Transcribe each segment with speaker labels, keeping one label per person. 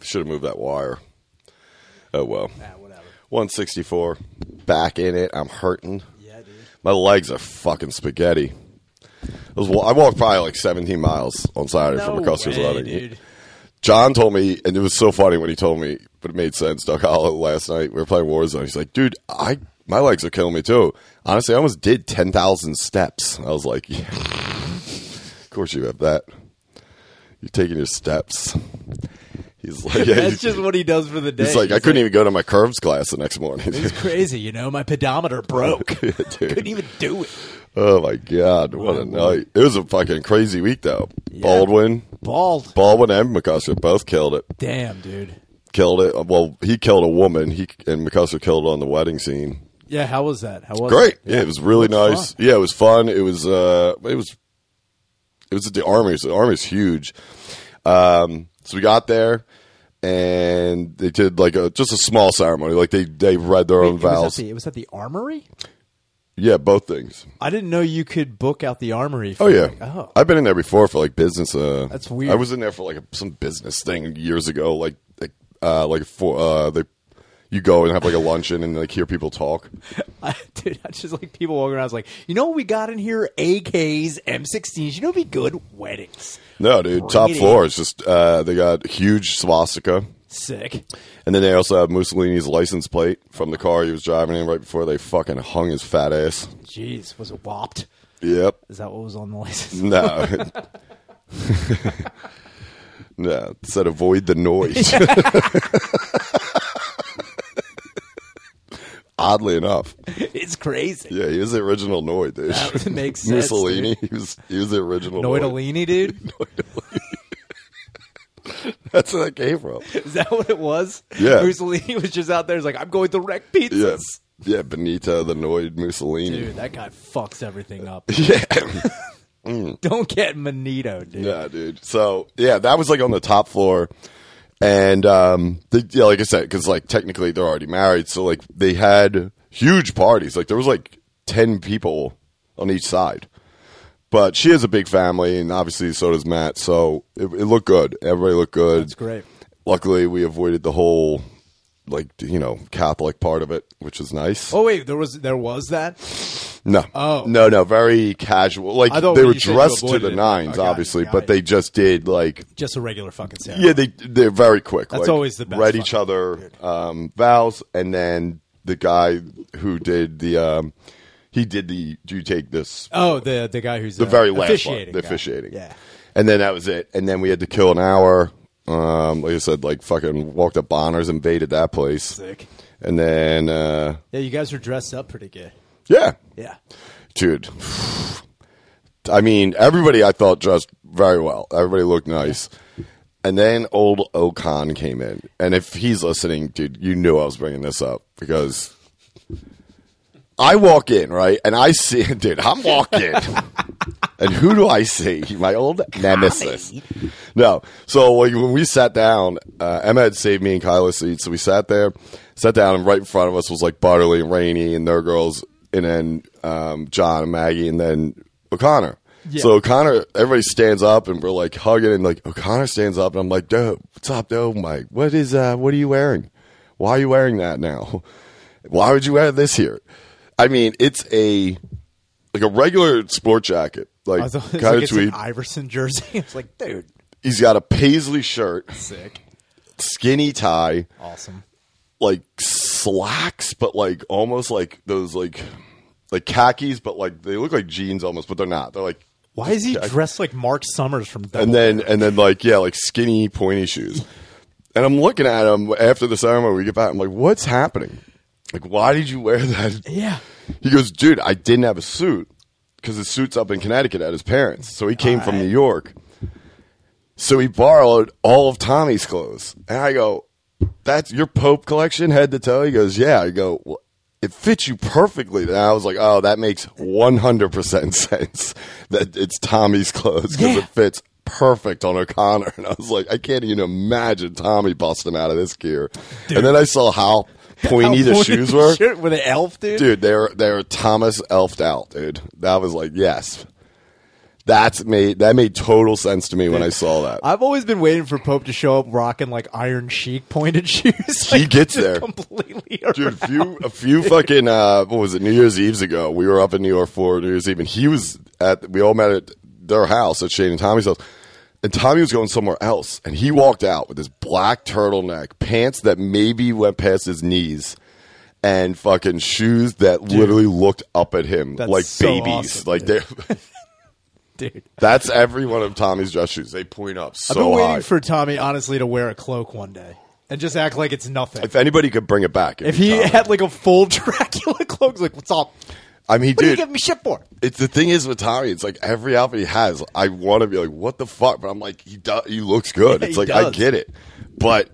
Speaker 1: Should have moved that wire. Oh well.
Speaker 2: Ah, whatever.
Speaker 1: 164. Back in it. I'm hurting.
Speaker 2: Yeah, dude.
Speaker 1: My legs are fucking spaghetti. I, was, wa- I walked probably like 17 miles on Saturday from McCusker's
Speaker 2: way,
Speaker 1: Landing.
Speaker 2: dude.
Speaker 1: John told me, and it was so funny when he told me, but it made sense. Doug Hollow last night, we were playing Warzone. He's like, dude, I my legs are killing me too. Honestly, I almost did 10,000 steps. I was like, yeah. Of course you have that. You're taking your steps. He's like, yeah,
Speaker 2: That's
Speaker 1: he's,
Speaker 2: just what he does for the day.
Speaker 1: he's like I couldn't even go to my curves class the next morning.
Speaker 2: It's crazy, you know. My pedometer broke. Couldn't
Speaker 1: Dude.
Speaker 2: even do it.
Speaker 1: Oh my god, what a night. It was a fucking crazy week though. Baldwin,
Speaker 2: Bald.
Speaker 1: Baldwin and McCusker both killed it.
Speaker 2: Damn, dude.
Speaker 1: killed it. Well, he killed a woman. He and McCusker killed on the wedding scene.
Speaker 2: Yeah, how was that? How was
Speaker 1: Great.
Speaker 2: It?
Speaker 1: Yeah, it was really
Speaker 2: That's
Speaker 1: nice.
Speaker 2: fun.
Speaker 1: Yeah, it was fun. It was. uh It was. It was at the army. So the army's huge. Um, so we got there, and they did like a just a small ceremony. Like they they read their
Speaker 2: Wait,
Speaker 1: own
Speaker 2: it, was
Speaker 1: vows.
Speaker 2: at the, it was at the armory.
Speaker 1: yeah, both things.
Speaker 2: I didn't know you could book out the armory. For
Speaker 1: Oh yeah,
Speaker 2: like- oh,
Speaker 1: I've been in there before for like business. Uh,
Speaker 2: That's weird.
Speaker 1: I was in there for like a, some business thing years ago. Like like uh, like for uh, they you go and have like a luncheon and like hear people talk.
Speaker 2: I, dude, I just like people walking around. I was like, you know what we got in here? AKs, M16s. You know, what'd be good weddings.
Speaker 1: No, dude. Top
Speaker 2: it
Speaker 1: floor is just uh, they got huge swastika,
Speaker 2: Sick.
Speaker 1: and then they also have Mussolini's license plate from the car he was driving in right before they fucking hung his fat ass.
Speaker 2: Jeez, was it whopped?
Speaker 1: Yep.
Speaker 2: Is that what was on the license?
Speaker 1: No. no. It said avoid the noise. Oddly enough,
Speaker 2: it's crazy.
Speaker 1: yeah, he was the original Noid, dude.
Speaker 2: That makes sense.
Speaker 1: Mussolini, he was he was the original Noid.
Speaker 2: dude. Noidalini, dude.
Speaker 1: That's where that came from.
Speaker 2: Is that what it was?
Speaker 1: Yeah.
Speaker 2: Mussolini was just out there. He's like, I'm going to wreck
Speaker 1: Yeah,
Speaker 2: pizzas.
Speaker 1: yeah, Benito the Noid Mussolini.
Speaker 2: Dude, that guy fucks everything up.
Speaker 1: Yeah. Mm.
Speaker 2: Don't get Manito, dude.
Speaker 1: yeah, dude. So yeah, that was like on the top floor, and um, they, yeah, like I said, because like technically they're already married, so like they had huge parties. Like there was like ten people on each side, but she has a big family, and obviously so does Matt. So it, it looked good. Everybody looked good.
Speaker 2: It's great.
Speaker 1: Luckily, we avoided the whole like you know Catholic part of it, which is nice.
Speaker 2: Oh wait, there was there was that.
Speaker 1: No.
Speaker 2: Oh.
Speaker 1: No, no, very casual. Like
Speaker 2: I thought
Speaker 1: they
Speaker 2: when
Speaker 1: were
Speaker 2: you said you
Speaker 1: dressed to
Speaker 2: avoided
Speaker 1: the
Speaker 2: it.
Speaker 1: nines,
Speaker 2: Oh, got it,
Speaker 1: obviously,
Speaker 2: got
Speaker 1: but
Speaker 2: it.
Speaker 1: they just did like
Speaker 2: Just a regular fucking ceremony.
Speaker 1: yeah, they they're very quick.
Speaker 2: That's
Speaker 1: like,
Speaker 2: always the best
Speaker 1: Read
Speaker 2: fucking
Speaker 1: each other um, vows, and then the guy who did the um, he did the do you take this
Speaker 2: Oh, the the guy who's uh,
Speaker 1: the very last one,
Speaker 2: officiating
Speaker 1: the
Speaker 2: guy.
Speaker 1: officiating.
Speaker 2: Yeah.
Speaker 1: And then that was it. And then we had to kill an hour. Um, like I said, like fucking walked up Bonners, invaded that place,
Speaker 2: Sick.
Speaker 1: and then uh,
Speaker 2: Yeah, you guys are dressed up pretty good.
Speaker 1: yeah,
Speaker 2: Yeah.
Speaker 1: dude. I mean, everybody I thought dressed very well. Everybody looked nice. And then old Ocon came in. And if he's listening, dude, you knew I was bringing this up because I walk in, right? And I see, dude, I'm walking. and who do I see? My old nemesis. No. So like, when we sat down, uh, Emma had saved me and Kyla seats. So we sat there, sat down, and right in front of us was like Butterly and Rainey and their girls, and then um, John and Maggie, and then O'Connor.
Speaker 2: Yeah.
Speaker 1: So O'Connor, everybody stands up and we're like hugging, and like O'Connor stands up, and I'm like, "Dude, what's up, dude? I'm like, what is uh, what are you wearing? Why are you wearing that now? Why would you wear this here? I mean, it's a like a regular sport jacket,
Speaker 2: I
Speaker 1: like
Speaker 2: was, it's
Speaker 1: kind
Speaker 2: like
Speaker 1: of
Speaker 2: it's an
Speaker 1: tweed.
Speaker 2: Iverson jersey. It's like, dude,
Speaker 1: He's got a paisley shirt,
Speaker 2: sick,
Speaker 1: skinny tie,
Speaker 2: awesome.
Speaker 1: like slacks, but like almost like those like like khakis, but like they look like jeans almost, but they're not. They're like
Speaker 2: Why is he dressed like Mark Summers from Double?
Speaker 1: and then and then like yeah, like skinny pointy shoes. And I'm looking at him after the ceremony. We get back. I'm like, what's happening? Like, why did you wear that?
Speaker 2: yeah,
Speaker 1: He goes, dude, I didn't have a suit because his suit's up in Connecticut at his parents. So he came from New York. So he borrowed all of Tommy's clothes. And I go, that's your Pope collection head to toe? He goes, yeah. I go, well, it fits you perfectly. And I was like, oh, that makes 100% sense that it's Tommy's clothes because
Speaker 2: Yeah.
Speaker 1: it fits perfect on O'Connor. And I was like, I can't even imagine Tommy busting out of this gear. And then I saw how pointy
Speaker 2: How
Speaker 1: the
Speaker 2: pointy
Speaker 1: shoes were
Speaker 2: shit- were they elf, dude?
Speaker 1: dude. They were they were Thomas elfed out, dude. That was like yes. That's made that made total sense to me when I saw that.
Speaker 2: I've always been waiting for Pope to show up rocking like Iron Sheik pointed shoes.
Speaker 1: He
Speaker 2: Like,
Speaker 1: gets
Speaker 2: just
Speaker 1: there.
Speaker 2: completely.
Speaker 1: Dude,
Speaker 2: around.
Speaker 1: a few a few fucking uh, what was it? New Year's Eve's ago, we were up in New York for New Year's Eve, and he was at. We all met at their house at Shane and Tommy's house, and Tommy was going somewhere else, and he walked out with this black turtleneck, pants that maybe went past his knees, and fucking shoes that literally looked up at him
Speaker 2: That's
Speaker 1: like
Speaker 2: so
Speaker 1: babies.
Speaker 2: awesome,
Speaker 1: like they,
Speaker 2: Dude.
Speaker 1: that's every one of Tommy's dress shoes. They point up so
Speaker 2: I've been waiting
Speaker 1: high.
Speaker 2: for Tommy honestly to wear a cloak one day and just act like it's nothing.
Speaker 1: if anybody could bring it back, it'd
Speaker 2: If
Speaker 1: be
Speaker 2: he
Speaker 1: Tommy.
Speaker 2: had like a full Dracula cloak, it's like what's up?
Speaker 1: I mean,
Speaker 2: What are you
Speaker 1: dude,
Speaker 2: giving me shit for?
Speaker 1: it's the thing is with Tommy, it's like every outfit he has, I want to be like, what the fuck? But I'm like, he does, he looks good.
Speaker 2: Yeah,
Speaker 1: it's
Speaker 2: he
Speaker 1: like I
Speaker 2: does.
Speaker 1: get it, but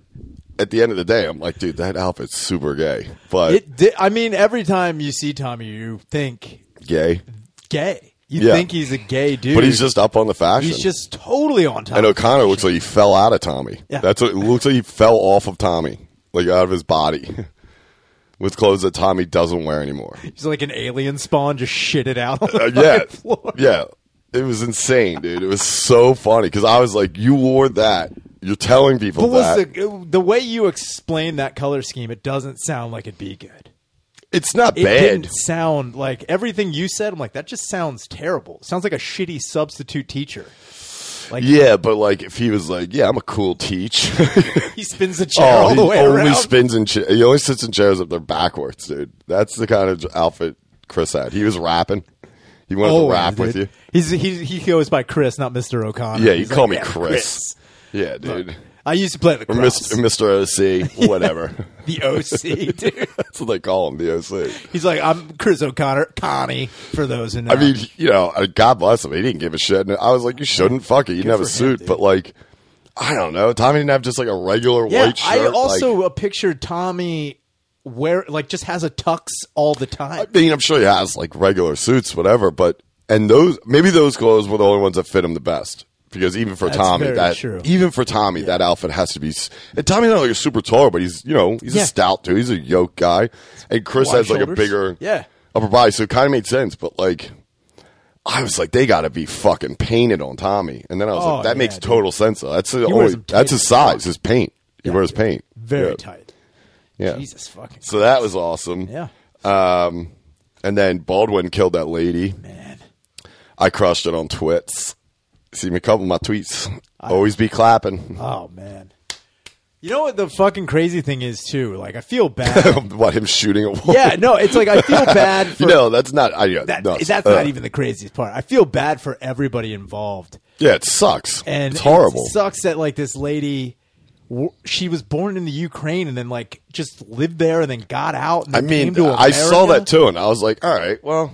Speaker 1: at the end of the day, I'm like, dude, that outfit's super gay, but
Speaker 2: It. Di- I mean, every time you see Tommy, you think
Speaker 1: gay.
Speaker 2: gay. You
Speaker 1: Yeah.
Speaker 2: think he's a gay dude,
Speaker 1: But he's just up on the fashion.
Speaker 2: he's just totally on top.
Speaker 1: and O'Connor looks like he fell out of Tommy.
Speaker 2: Yeah.
Speaker 1: That's what it looks like. He fell off of Tommy, like out of his body, with clothes that Tommy doesn't wear anymore.
Speaker 2: He's like an alien spawn, just shitted out on the
Speaker 1: Uh,
Speaker 2: fucking
Speaker 1: yeah,
Speaker 2: floor.
Speaker 1: yeah. It was insane, dude. It was so funny because I was like, you wore that. You're telling people
Speaker 2: But
Speaker 1: that.
Speaker 2: was the, the way you explain that color scheme, it doesn't sound like it'd be good.
Speaker 1: It's not
Speaker 2: It
Speaker 1: bad.
Speaker 2: didn't sound like everything you said. I'm like, that just sounds terrible. It sounds like a shitty substitute teacher. Like
Speaker 1: Yeah, but like if he was like, "Yeah, I'm a cool teach,"
Speaker 2: he spins the
Speaker 1: oh,
Speaker 2: chair all
Speaker 1: he
Speaker 2: the way
Speaker 1: only
Speaker 2: around.
Speaker 1: spins in cha- he only sits in chairs up there backwards, dude. That's the kind of outfit Chris had. He was rapping. He wanted to
Speaker 2: Always,
Speaker 1: rap
Speaker 2: dude.
Speaker 1: with you.
Speaker 2: He's, he he goes by Chris, not Mister O'Connor.
Speaker 1: Yeah, you
Speaker 2: He's
Speaker 1: call
Speaker 2: like,
Speaker 1: me
Speaker 2: "Yeah,
Speaker 1: Chris. Yeah, dude.
Speaker 2: I used to play the
Speaker 1: Or
Speaker 2: Chris,
Speaker 1: Mr. Mr. OC, whatever.
Speaker 2: the OC dude.
Speaker 1: That's what they call him, the OC.
Speaker 2: He's like, I'm Chris O'Connor, Connie. For those who know,
Speaker 1: I mean, you know, uh, God bless him. He didn't give a shit. And I was like, you shouldn't fuck it. You didn't have a
Speaker 2: for him,
Speaker 1: suit,
Speaker 2: dude.
Speaker 1: but like, I don't know. Tommy didn't have just like a regular
Speaker 2: Yeah,
Speaker 1: white shirt.
Speaker 2: I also
Speaker 1: like-
Speaker 2: uh, pictured Tommy where like just has a tux all the time.
Speaker 1: I mean, I'm sure he has like regular suits, whatever. But and those maybe those clothes were the only ones that fit him the best because even for
Speaker 2: That's
Speaker 1: Tommy,
Speaker 2: very
Speaker 1: that
Speaker 2: true.
Speaker 1: even for Tommy, that outfit has to be. s- And Tommy's not like a super tall, but he's you know he's
Speaker 2: Yeah.
Speaker 1: a stout dude. He's a yoke guy, and Chris
Speaker 2: Wide
Speaker 1: has like a
Speaker 2: shoulders.
Speaker 1: bigger
Speaker 2: Yeah.
Speaker 1: upper body, so it kind of made sense. But like. I was like, they got to be fucking painted on Tommy, and then I was
Speaker 2: Oh,
Speaker 1: like, that
Speaker 2: yeah,
Speaker 1: makes
Speaker 2: dude.
Speaker 1: total sense. Though. That's the
Speaker 2: wears
Speaker 1: only,
Speaker 2: them tight
Speaker 1: that's his
Speaker 2: as
Speaker 1: size, his paint. He wears paint,
Speaker 2: Very
Speaker 1: Yeah.
Speaker 2: tight.
Speaker 1: Yeah.
Speaker 2: Jesus fucking.
Speaker 1: So that was awesome.
Speaker 2: Yeah.
Speaker 1: Um, and then Baldwin killed that lady.
Speaker 2: Man.
Speaker 1: I crushed it on twits. See me a couple of my tweets. Always be clapping.
Speaker 2: Oh man. You know what the fucking crazy thing is too? Like I feel bad.
Speaker 1: what him shooting a wall?
Speaker 2: yeah, no, it's like I feel bad for
Speaker 1: you know that's not. I, yeah,
Speaker 2: that,
Speaker 1: no,
Speaker 2: that's
Speaker 1: uh,
Speaker 2: not even the craziest part. I feel bad for everybody involved.
Speaker 1: Yeah, it sucks.
Speaker 2: And
Speaker 1: it's horrible.
Speaker 2: It sucks that like this lady w- she was born in the Ukraine and then like just lived there and then got out and
Speaker 1: I
Speaker 2: then
Speaker 1: mean,
Speaker 2: came to
Speaker 1: I saw
Speaker 2: America.
Speaker 1: that too, and I was like, all right, well,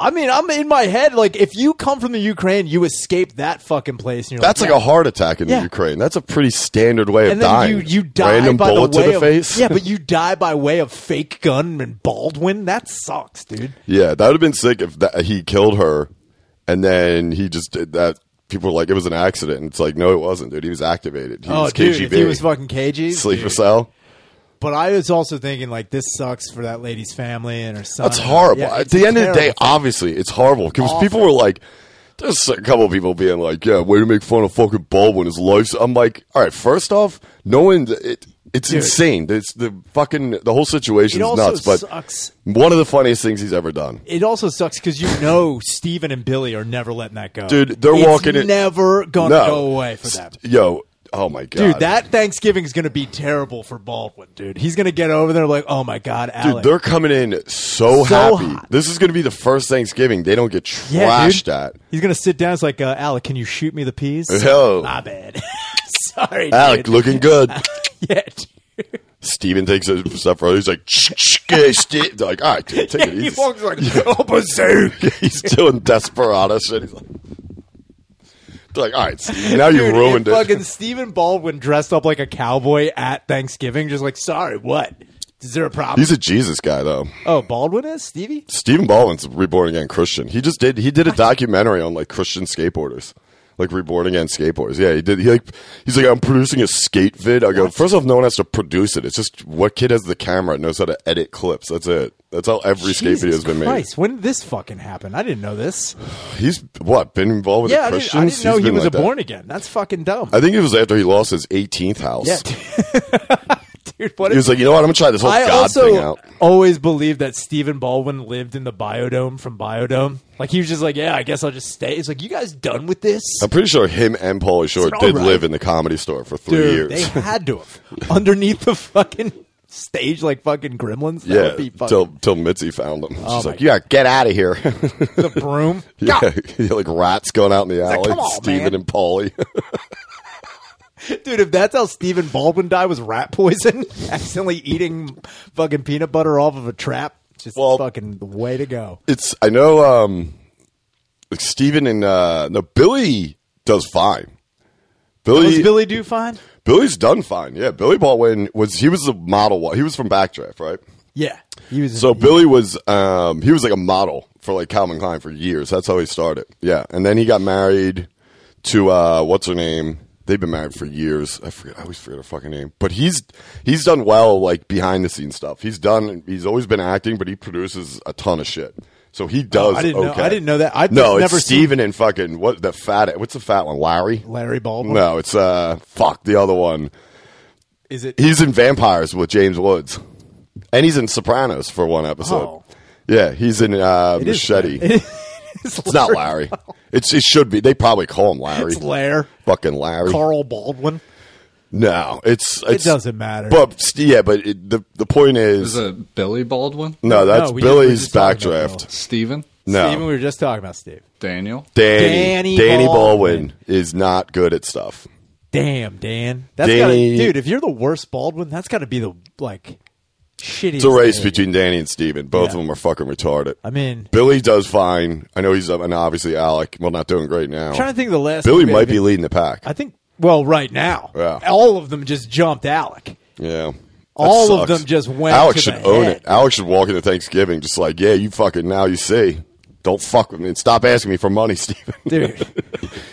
Speaker 2: I mean, I'm in my head like if you come from the Ukraine, you escape that fucking place. And you're
Speaker 1: that's
Speaker 2: like,
Speaker 1: like a heart attack in
Speaker 2: Yeah.
Speaker 1: the Ukraine. That's a pretty standard way of
Speaker 2: and then
Speaker 1: dying.
Speaker 2: you you die
Speaker 1: Random
Speaker 2: by
Speaker 1: bullet
Speaker 2: the way
Speaker 1: to the
Speaker 2: of,
Speaker 1: face.
Speaker 2: Yeah, but you die by way of fake gun and Baldwin. That sucks, dude.
Speaker 1: Yeah, that would have been sick if that, he killed her and then he just did that. People were like, it was an accident. And it's like, no, it wasn't, dude. He was activated. He
Speaker 2: oh,
Speaker 1: was
Speaker 2: dude,
Speaker 1: KGB.
Speaker 2: if he was fucking cagey.
Speaker 1: Sleeper
Speaker 2: dude.
Speaker 1: cell.
Speaker 2: But I was also thinking like this sucks for that lady's family and her son.
Speaker 1: That's horrible.
Speaker 2: Uh, Yeah,
Speaker 1: At
Speaker 2: it's
Speaker 1: the end of the
Speaker 2: terrible.
Speaker 1: day, obviously, it's horrible because
Speaker 2: Awful.
Speaker 1: people were like, there's a couple of people being like, yeah, way to make fun of fucking Baldwin. His life's. I'm like, all right, first off, no one. It, it's
Speaker 2: Dude.
Speaker 1: insane. It's the fucking the whole
Speaker 2: it
Speaker 1: situation is
Speaker 2: also
Speaker 1: nuts. But
Speaker 2: sucks.
Speaker 1: one of the funniest things he's ever done.
Speaker 2: It also sucks because you know Steven and Billy are never letting that go,
Speaker 1: Dude, they're
Speaker 2: It's
Speaker 1: walking in-
Speaker 2: Never gonna
Speaker 1: No.
Speaker 2: go away for them.
Speaker 1: St- Yo, oh my god,
Speaker 2: Dude, that Thanksgiving is going to be terrible for Baldwin, dude. He's going to get over there like, oh my god,
Speaker 1: Dude,
Speaker 2: Alec.
Speaker 1: they're coming in so,
Speaker 2: So
Speaker 1: happy.
Speaker 2: hot.
Speaker 1: This is going to be the first Thanksgiving they don't get trashed
Speaker 2: yeah, dude.
Speaker 1: at.
Speaker 2: He's going to sit down. It's like, uh, Alec, can you shoot me the peas?
Speaker 1: Yo.
Speaker 2: my bad. Sorry,
Speaker 1: Alec
Speaker 2: dude.
Speaker 1: looking good.
Speaker 2: yeah, dude.
Speaker 1: Steven takes a step further. He's like, "Shh, shh, hey, Steve." They're like, all right, dude, take it
Speaker 2: he
Speaker 1: easy.
Speaker 2: walks like
Speaker 1: Yeah.
Speaker 2: oh, bazooka.
Speaker 1: He's doing desperado shit. He's like, they're like, all right, Steve, now you
Speaker 2: Dude,
Speaker 1: ruined
Speaker 2: if
Speaker 1: it.
Speaker 2: Fucking Stephen Baldwin dressed up like a cowboy at Thanksgiving, just like, sorry, what? Is there a problem?
Speaker 1: He's a Jesus guy, though.
Speaker 2: oh, Baldwin is Stevie.
Speaker 1: Stephen Baldwin's a reborn again Christian. He just did. He did a documentary on like Christian skateboarders. like reborn again skateboards. Yeah, he did. He like he's like I'm producing a skate vid. I go first off, no one has to produce it. It's just what kid has the camera and knows how to edit clips. That's it. That's how every skate
Speaker 2: Jesus
Speaker 1: video has been
Speaker 2: Christ, when did this fucking happen? I didn't know this.
Speaker 1: made. He's what been involved with
Speaker 2: Yeah, I
Speaker 1: the
Speaker 2: didn't,
Speaker 1: Christians.
Speaker 2: I didn't know
Speaker 1: He's
Speaker 2: he
Speaker 1: been
Speaker 2: was
Speaker 1: like
Speaker 2: a
Speaker 1: that.
Speaker 2: born again. That's fucking dumb.
Speaker 1: I think it was after he lost his 18th house.
Speaker 2: yeah, dude. What?
Speaker 1: He
Speaker 2: If,
Speaker 1: was like, you know what? I'm gonna try this whole
Speaker 2: I
Speaker 1: god
Speaker 2: also
Speaker 1: thing out.
Speaker 2: always believed that Stephen Baldwin lived in the biodome from Biodome. Like he was just like, yeah, I guess I'll just stay. It's like, you guys done with this?
Speaker 1: I'm pretty sure him and Paulie Shore
Speaker 2: it
Speaker 1: did
Speaker 2: alright?
Speaker 1: live in the comedy store for three years.
Speaker 2: Dude, they had to have underneath the fucking stage like fucking gremlins. That would be
Speaker 1: yeah,
Speaker 2: fucking
Speaker 1: till till Mitzi found them. She's
Speaker 2: my
Speaker 1: like, yeah, get out of here.
Speaker 2: the broom.
Speaker 1: yeah, yeah, like rats going out in the alley.
Speaker 2: "Come on,
Speaker 1: Steven
Speaker 2: man."
Speaker 1: and Paulie.
Speaker 2: Dude, if that's how Stephen Baldwin died was rat poison, accidentally eating fucking peanut butter off of a trap, just
Speaker 1: Well-
Speaker 2: fucking the way to go.
Speaker 1: it's I know um like Steven and uh no Billy does fine.
Speaker 2: Does
Speaker 1: Billy,
Speaker 2: Billy do fine?
Speaker 1: Billy's done fine. Yeah, Billy Baldwin was he was a model. wa- He was from Backdraft, right?
Speaker 2: Yeah, he was.
Speaker 1: So Billy was um he was like a model for like Calvin Klein for years. That's how he started. Yeah, and then he got married to uh what's her name? They've been married for years. I forget. I always forget her fucking name. But he's he's done well like behind the scenes stuff. He's done. He's always been acting, but he produces a ton of shit. So he does.
Speaker 2: Oh, I didn't know-
Speaker 1: okay.
Speaker 2: I didn't know that. I've
Speaker 1: no,
Speaker 2: just
Speaker 1: it's
Speaker 2: never seen-
Speaker 1: Steven and fucking what the fat. What's the fat one? Larry.
Speaker 2: Larry Baldwin.
Speaker 1: No, it's uh fuck the other one.
Speaker 2: Is it?
Speaker 1: He's in Vampires with James Woods, and he's in Sopranos for one episode.
Speaker 2: Oh.
Speaker 1: Yeah, he's in uh,
Speaker 2: it is-
Speaker 1: Machete.
Speaker 2: it is-
Speaker 1: it's not Larry. It's it should be. They probably call him Larry.
Speaker 2: It's Lair.
Speaker 1: Fucking Larry.
Speaker 2: Carl Baldwin.
Speaker 1: no, it's, it's
Speaker 2: doesn't matter.
Speaker 1: But st- yeah, but it, the the point is
Speaker 3: Is it Billy Baldwin?
Speaker 1: no, that's
Speaker 2: No, we- we
Speaker 1: Billy's
Speaker 2: just talked about
Speaker 1: backdraft.
Speaker 3: Steven?
Speaker 1: No,
Speaker 2: Steven, we were just talking about Steve.
Speaker 3: Daniel?
Speaker 1: Danny
Speaker 2: Danny
Speaker 1: Danny Baldwin.
Speaker 2: Baldwin.
Speaker 1: is not good at stuff.
Speaker 2: Damn, Dan. That's
Speaker 1: Danny-
Speaker 2: gotta, dude. If you're the worst Baldwin, that's got to be the like shittiest.
Speaker 1: It's a race
Speaker 2: thing.
Speaker 1: between Danny and Steven. Both
Speaker 2: Yeah.
Speaker 1: of them are fucking retarded.
Speaker 2: I mean,
Speaker 1: Billy does fine. I know he's up, and obviously Alec. Well, not doing great now.
Speaker 2: I'm trying to think of the last.
Speaker 1: Billy
Speaker 2: movie I
Speaker 1: might be
Speaker 2: could-
Speaker 1: leading the pack.
Speaker 2: I think. Well, right now,
Speaker 1: Yeah.
Speaker 2: all of them just jumped Alec.
Speaker 1: Yeah. That
Speaker 2: All of
Speaker 1: sucks.
Speaker 2: them just went
Speaker 1: Alex
Speaker 2: to
Speaker 1: should
Speaker 2: the
Speaker 1: own
Speaker 2: head.
Speaker 1: it. Alex should walk into Thanksgiving just like, yeah, you fucking now you see. Don't fuck with me. And stop asking me for money, Steven.
Speaker 2: Dude,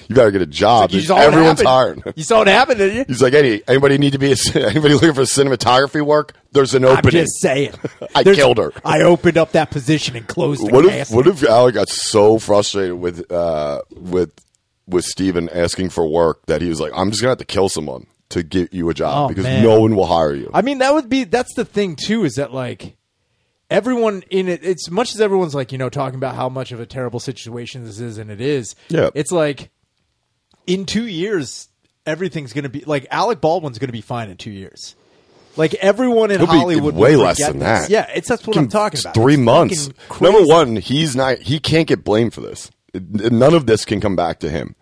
Speaker 1: you better get a job.
Speaker 2: you saw
Speaker 1: Everyone's
Speaker 2: it happen.
Speaker 1: hired.
Speaker 2: You saw it happen, didn't you?
Speaker 1: He's like, any anybody need to be a, anybody looking for cinematography work? There's an
Speaker 2: I'm
Speaker 1: opening.
Speaker 2: just saying.
Speaker 1: I killed her.
Speaker 2: I opened up that position and closed the
Speaker 1: what if
Speaker 2: cast.
Speaker 1: what if Alec got so frustrated with uh with with Steven asking for work that he was like, I'm just gonna have to kill someone to get you a job
Speaker 2: Oh,
Speaker 1: because
Speaker 2: man.
Speaker 1: no one will hire you.
Speaker 2: I mean, that would be that's the thing too is that like everyone in it it's much as everyone's like, you know, talking about how much of a terrible situation this is and it is.
Speaker 1: Yeah.
Speaker 2: It's like in 2 years everything's going to be like Alec Baldwin's going to be fine in 2 years. Like everyone in
Speaker 1: It'll be
Speaker 2: Hollywood would
Speaker 1: way less
Speaker 2: forget
Speaker 1: than
Speaker 2: this.
Speaker 1: that.
Speaker 2: Yeah, it's that's what I'm talking about.
Speaker 1: Three
Speaker 2: It's
Speaker 1: months.
Speaker 2: fucking crazy.
Speaker 1: Number one, he's not. He can't get blamed for this. None of this can come back to him.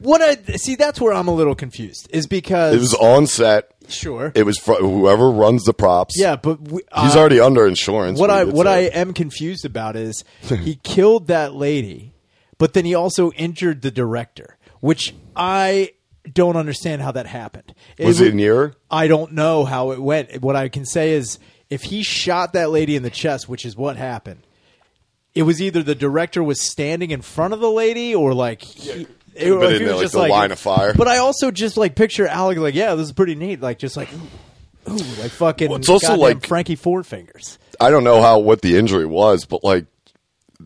Speaker 2: What I see that's where I'm a little confused is because
Speaker 1: It was on set.
Speaker 2: sure.
Speaker 1: It was fr- whoever runs the props.
Speaker 2: yeah, but we,
Speaker 1: he's
Speaker 2: uh,
Speaker 1: already under insurance.
Speaker 2: what
Speaker 1: we
Speaker 2: I
Speaker 1: did
Speaker 2: what
Speaker 1: say.
Speaker 2: I am confused about is he killed that lady, but then he also injured the director, which I don't understand how that happened.
Speaker 1: was
Speaker 2: w-
Speaker 1: it near.
Speaker 2: I don't know how it went. What I can say is if he shot that lady in the chest, which is what happened, it was either the director was standing in front of the lady or like he, it,
Speaker 1: been
Speaker 2: like,
Speaker 1: in the,
Speaker 2: he was
Speaker 1: like,
Speaker 2: just
Speaker 1: the line of fire.
Speaker 2: But I also just like picture Alec like, yeah, this is pretty neat. Like just like ooh, ooh, like fucking
Speaker 1: Well, it's also
Speaker 2: goddamn
Speaker 1: like-
Speaker 2: Frankie Four Fingers.
Speaker 1: I don't know how what the injury was, but like.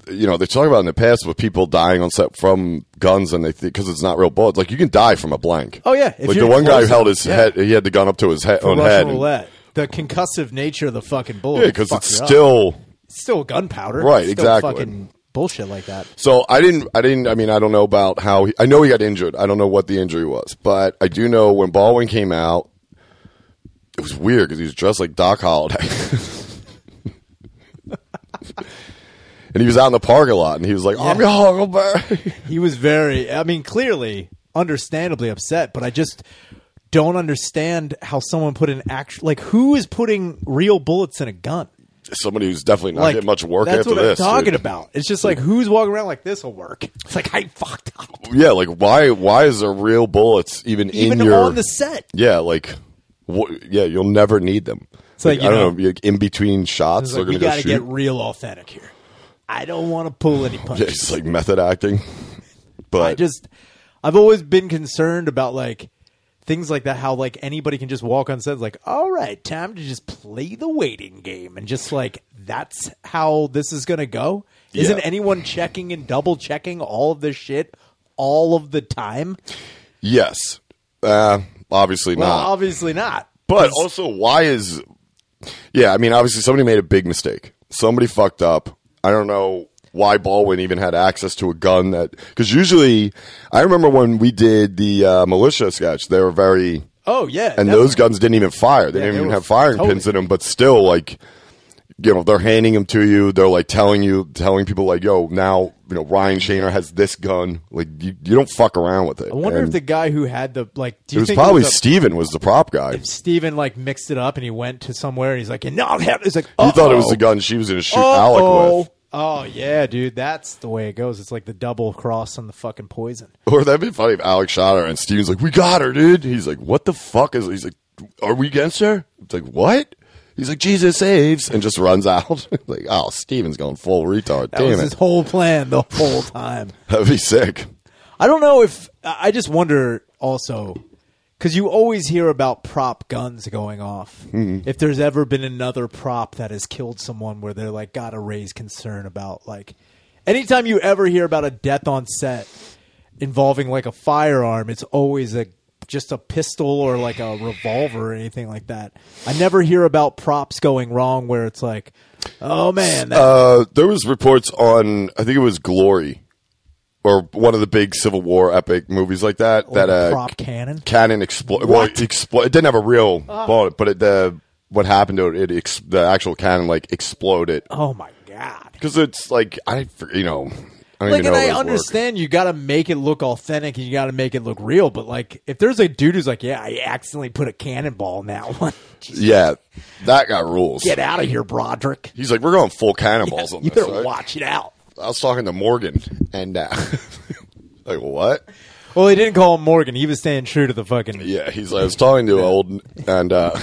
Speaker 1: You know, they talk about in the past with people dying on set from guns, and they think because it's not real bullets. Like you can die from a blank.
Speaker 2: Oh, yeah. If
Speaker 1: like
Speaker 2: you're
Speaker 1: the one guy who
Speaker 2: close-
Speaker 1: held his
Speaker 2: yeah.
Speaker 1: head, he had the gun up to his head
Speaker 2: for
Speaker 1: on
Speaker 2: Russian
Speaker 1: head. and-
Speaker 2: roulette. The concussive nature of the fucking bullet.
Speaker 1: yeah,
Speaker 2: will
Speaker 1: because
Speaker 2: fuck
Speaker 1: it's
Speaker 2: you up.
Speaker 1: still
Speaker 2: It's still gunpowder.
Speaker 1: Right,
Speaker 2: It's still
Speaker 1: exactly.
Speaker 2: Fucking bullshit like that.
Speaker 1: So I didn't, I didn't, I mean, I don't know about how he, I know he got injured. I don't know what the injury was, but I do know when Baldwin came out, it was weird because he was dressed like Doc Holliday. and he was out in the park a lot and he was like, I'm
Speaker 2: Yeah.
Speaker 1: your Huckleberry.
Speaker 2: He was very, I mean, clearly, understandably upset, but I just don't understand how someone put an actual, like, who is putting real bullets in a gun?
Speaker 1: Somebody who's definitely not
Speaker 2: Like,
Speaker 1: getting much work
Speaker 2: that's
Speaker 1: after
Speaker 2: what
Speaker 1: this.
Speaker 2: I'm talking
Speaker 1: dude.
Speaker 2: about. It's just like, who's walking around like this will work? It's like, I fucked up.
Speaker 1: Yeah, like why, why is there real bullets even,
Speaker 2: Even
Speaker 1: in your,
Speaker 2: on the set.
Speaker 1: yeah, like, wha- yeah, you'll never need them. It's
Speaker 2: like, you
Speaker 1: I
Speaker 2: know-
Speaker 1: don't know, like, in between shots,
Speaker 2: It's
Speaker 1: they're
Speaker 2: like, we
Speaker 1: going to go
Speaker 2: gotta
Speaker 1: shoot.
Speaker 2: get real authentic here. I don't want to pull any punches.
Speaker 1: Yeah, it's like method acting.
Speaker 2: I
Speaker 1: But
Speaker 2: just I've always been concerned about like things like that. How like anybody can just walk on set, like, all right, time to just play the waiting game, and just like that's how this is gonna go. Isn't
Speaker 1: Yeah.
Speaker 2: anyone checking and double checking all of this shit all of the time?
Speaker 1: Yes. Uh, obviously
Speaker 2: Well,
Speaker 1: not.
Speaker 2: obviously not.
Speaker 1: But also, why is? Yeah, I mean, obviously somebody made a big mistake. Somebody fucked up. I don't know why Baldwin even had access to a gun that because usually, I remember when we did the uh, militia sketch, they were very
Speaker 2: Oh yeah,
Speaker 1: and
Speaker 2: definitely.
Speaker 1: those guns didn't even fire. They
Speaker 2: Yeah,
Speaker 1: didn't
Speaker 2: they
Speaker 1: even
Speaker 2: were
Speaker 1: have firing
Speaker 2: totally-
Speaker 1: pins in them. But still, like you know, they're handing them to you. They're like telling you, telling people, like, yo, now you know Ryan Shaner has this gun. Like you, you don't fuck around with it.
Speaker 2: I wonder if
Speaker 1: And
Speaker 2: the guy who had the like,
Speaker 1: it
Speaker 2: do you
Speaker 1: was
Speaker 2: think
Speaker 1: probably
Speaker 2: it was a-
Speaker 1: Steven was the prop guy.
Speaker 2: Steven like mixed it up and he went to somewhere and he's like, and now I'm having. He's like,
Speaker 1: He thought it was the gun she was going to shoot Alec with.
Speaker 2: Oh yeah, dude, that's the way it goes. It's like the double cross on the fucking poison.
Speaker 1: Or that'd be funny if Alec shot her and Steven's like, "We got her, dude." He's like, "What the fuck is?" He's like, "Are we against her?" It's like, "What?" He's like, "Jesus saves," and just runs out. like, oh, Steven's going full retard.
Speaker 2: That
Speaker 1: Damn
Speaker 2: was
Speaker 1: it,
Speaker 2: his whole plan the whole time.
Speaker 1: that'd be sick.
Speaker 2: I don't know if I I just wonder also because you always hear about prop guns going off.
Speaker 1: Mm-hmm.
Speaker 2: If there's ever been another prop that has killed someone where they're like got to raise concern about like anytime you ever hear about a death on set involving like a firearm, it's always a just a pistol or like a revolver or anything like that. I never hear about props going wrong where it's like, oh man, that,
Speaker 1: Uh, there was reports on, I think it was Glory, or one of the big Civil War epic movies like that. that uh,
Speaker 2: prop cannon.
Speaker 1: cannon exploded. Well, it, explo- it didn't have a real bullet, but it, the what happened to it, it ex- the actual cannon like exploded
Speaker 2: Oh my god.
Speaker 1: because it's like I, for- you know, I don't
Speaker 2: like,
Speaker 1: even
Speaker 2: and
Speaker 1: know.
Speaker 2: I
Speaker 1: how those Work.
Speaker 2: understand you got to make it look authentic and you got to make it look real. But like, if there's a dude who's like, "Yeah, I accidentally put a cannonball in that one,"
Speaker 1: Yeah, that guy rules.
Speaker 2: get out of here, Broderick.
Speaker 1: He's like, we're going full cannonballs on
Speaker 2: You
Speaker 1: this.
Speaker 2: better
Speaker 1: right?
Speaker 2: watch it out.
Speaker 1: I was talking to Morgan, and uh, like what?
Speaker 2: Well, he didn't call him Morgan. He was staying true to the fucking.
Speaker 1: Yeah, he's like, I was talking to an old, and uh,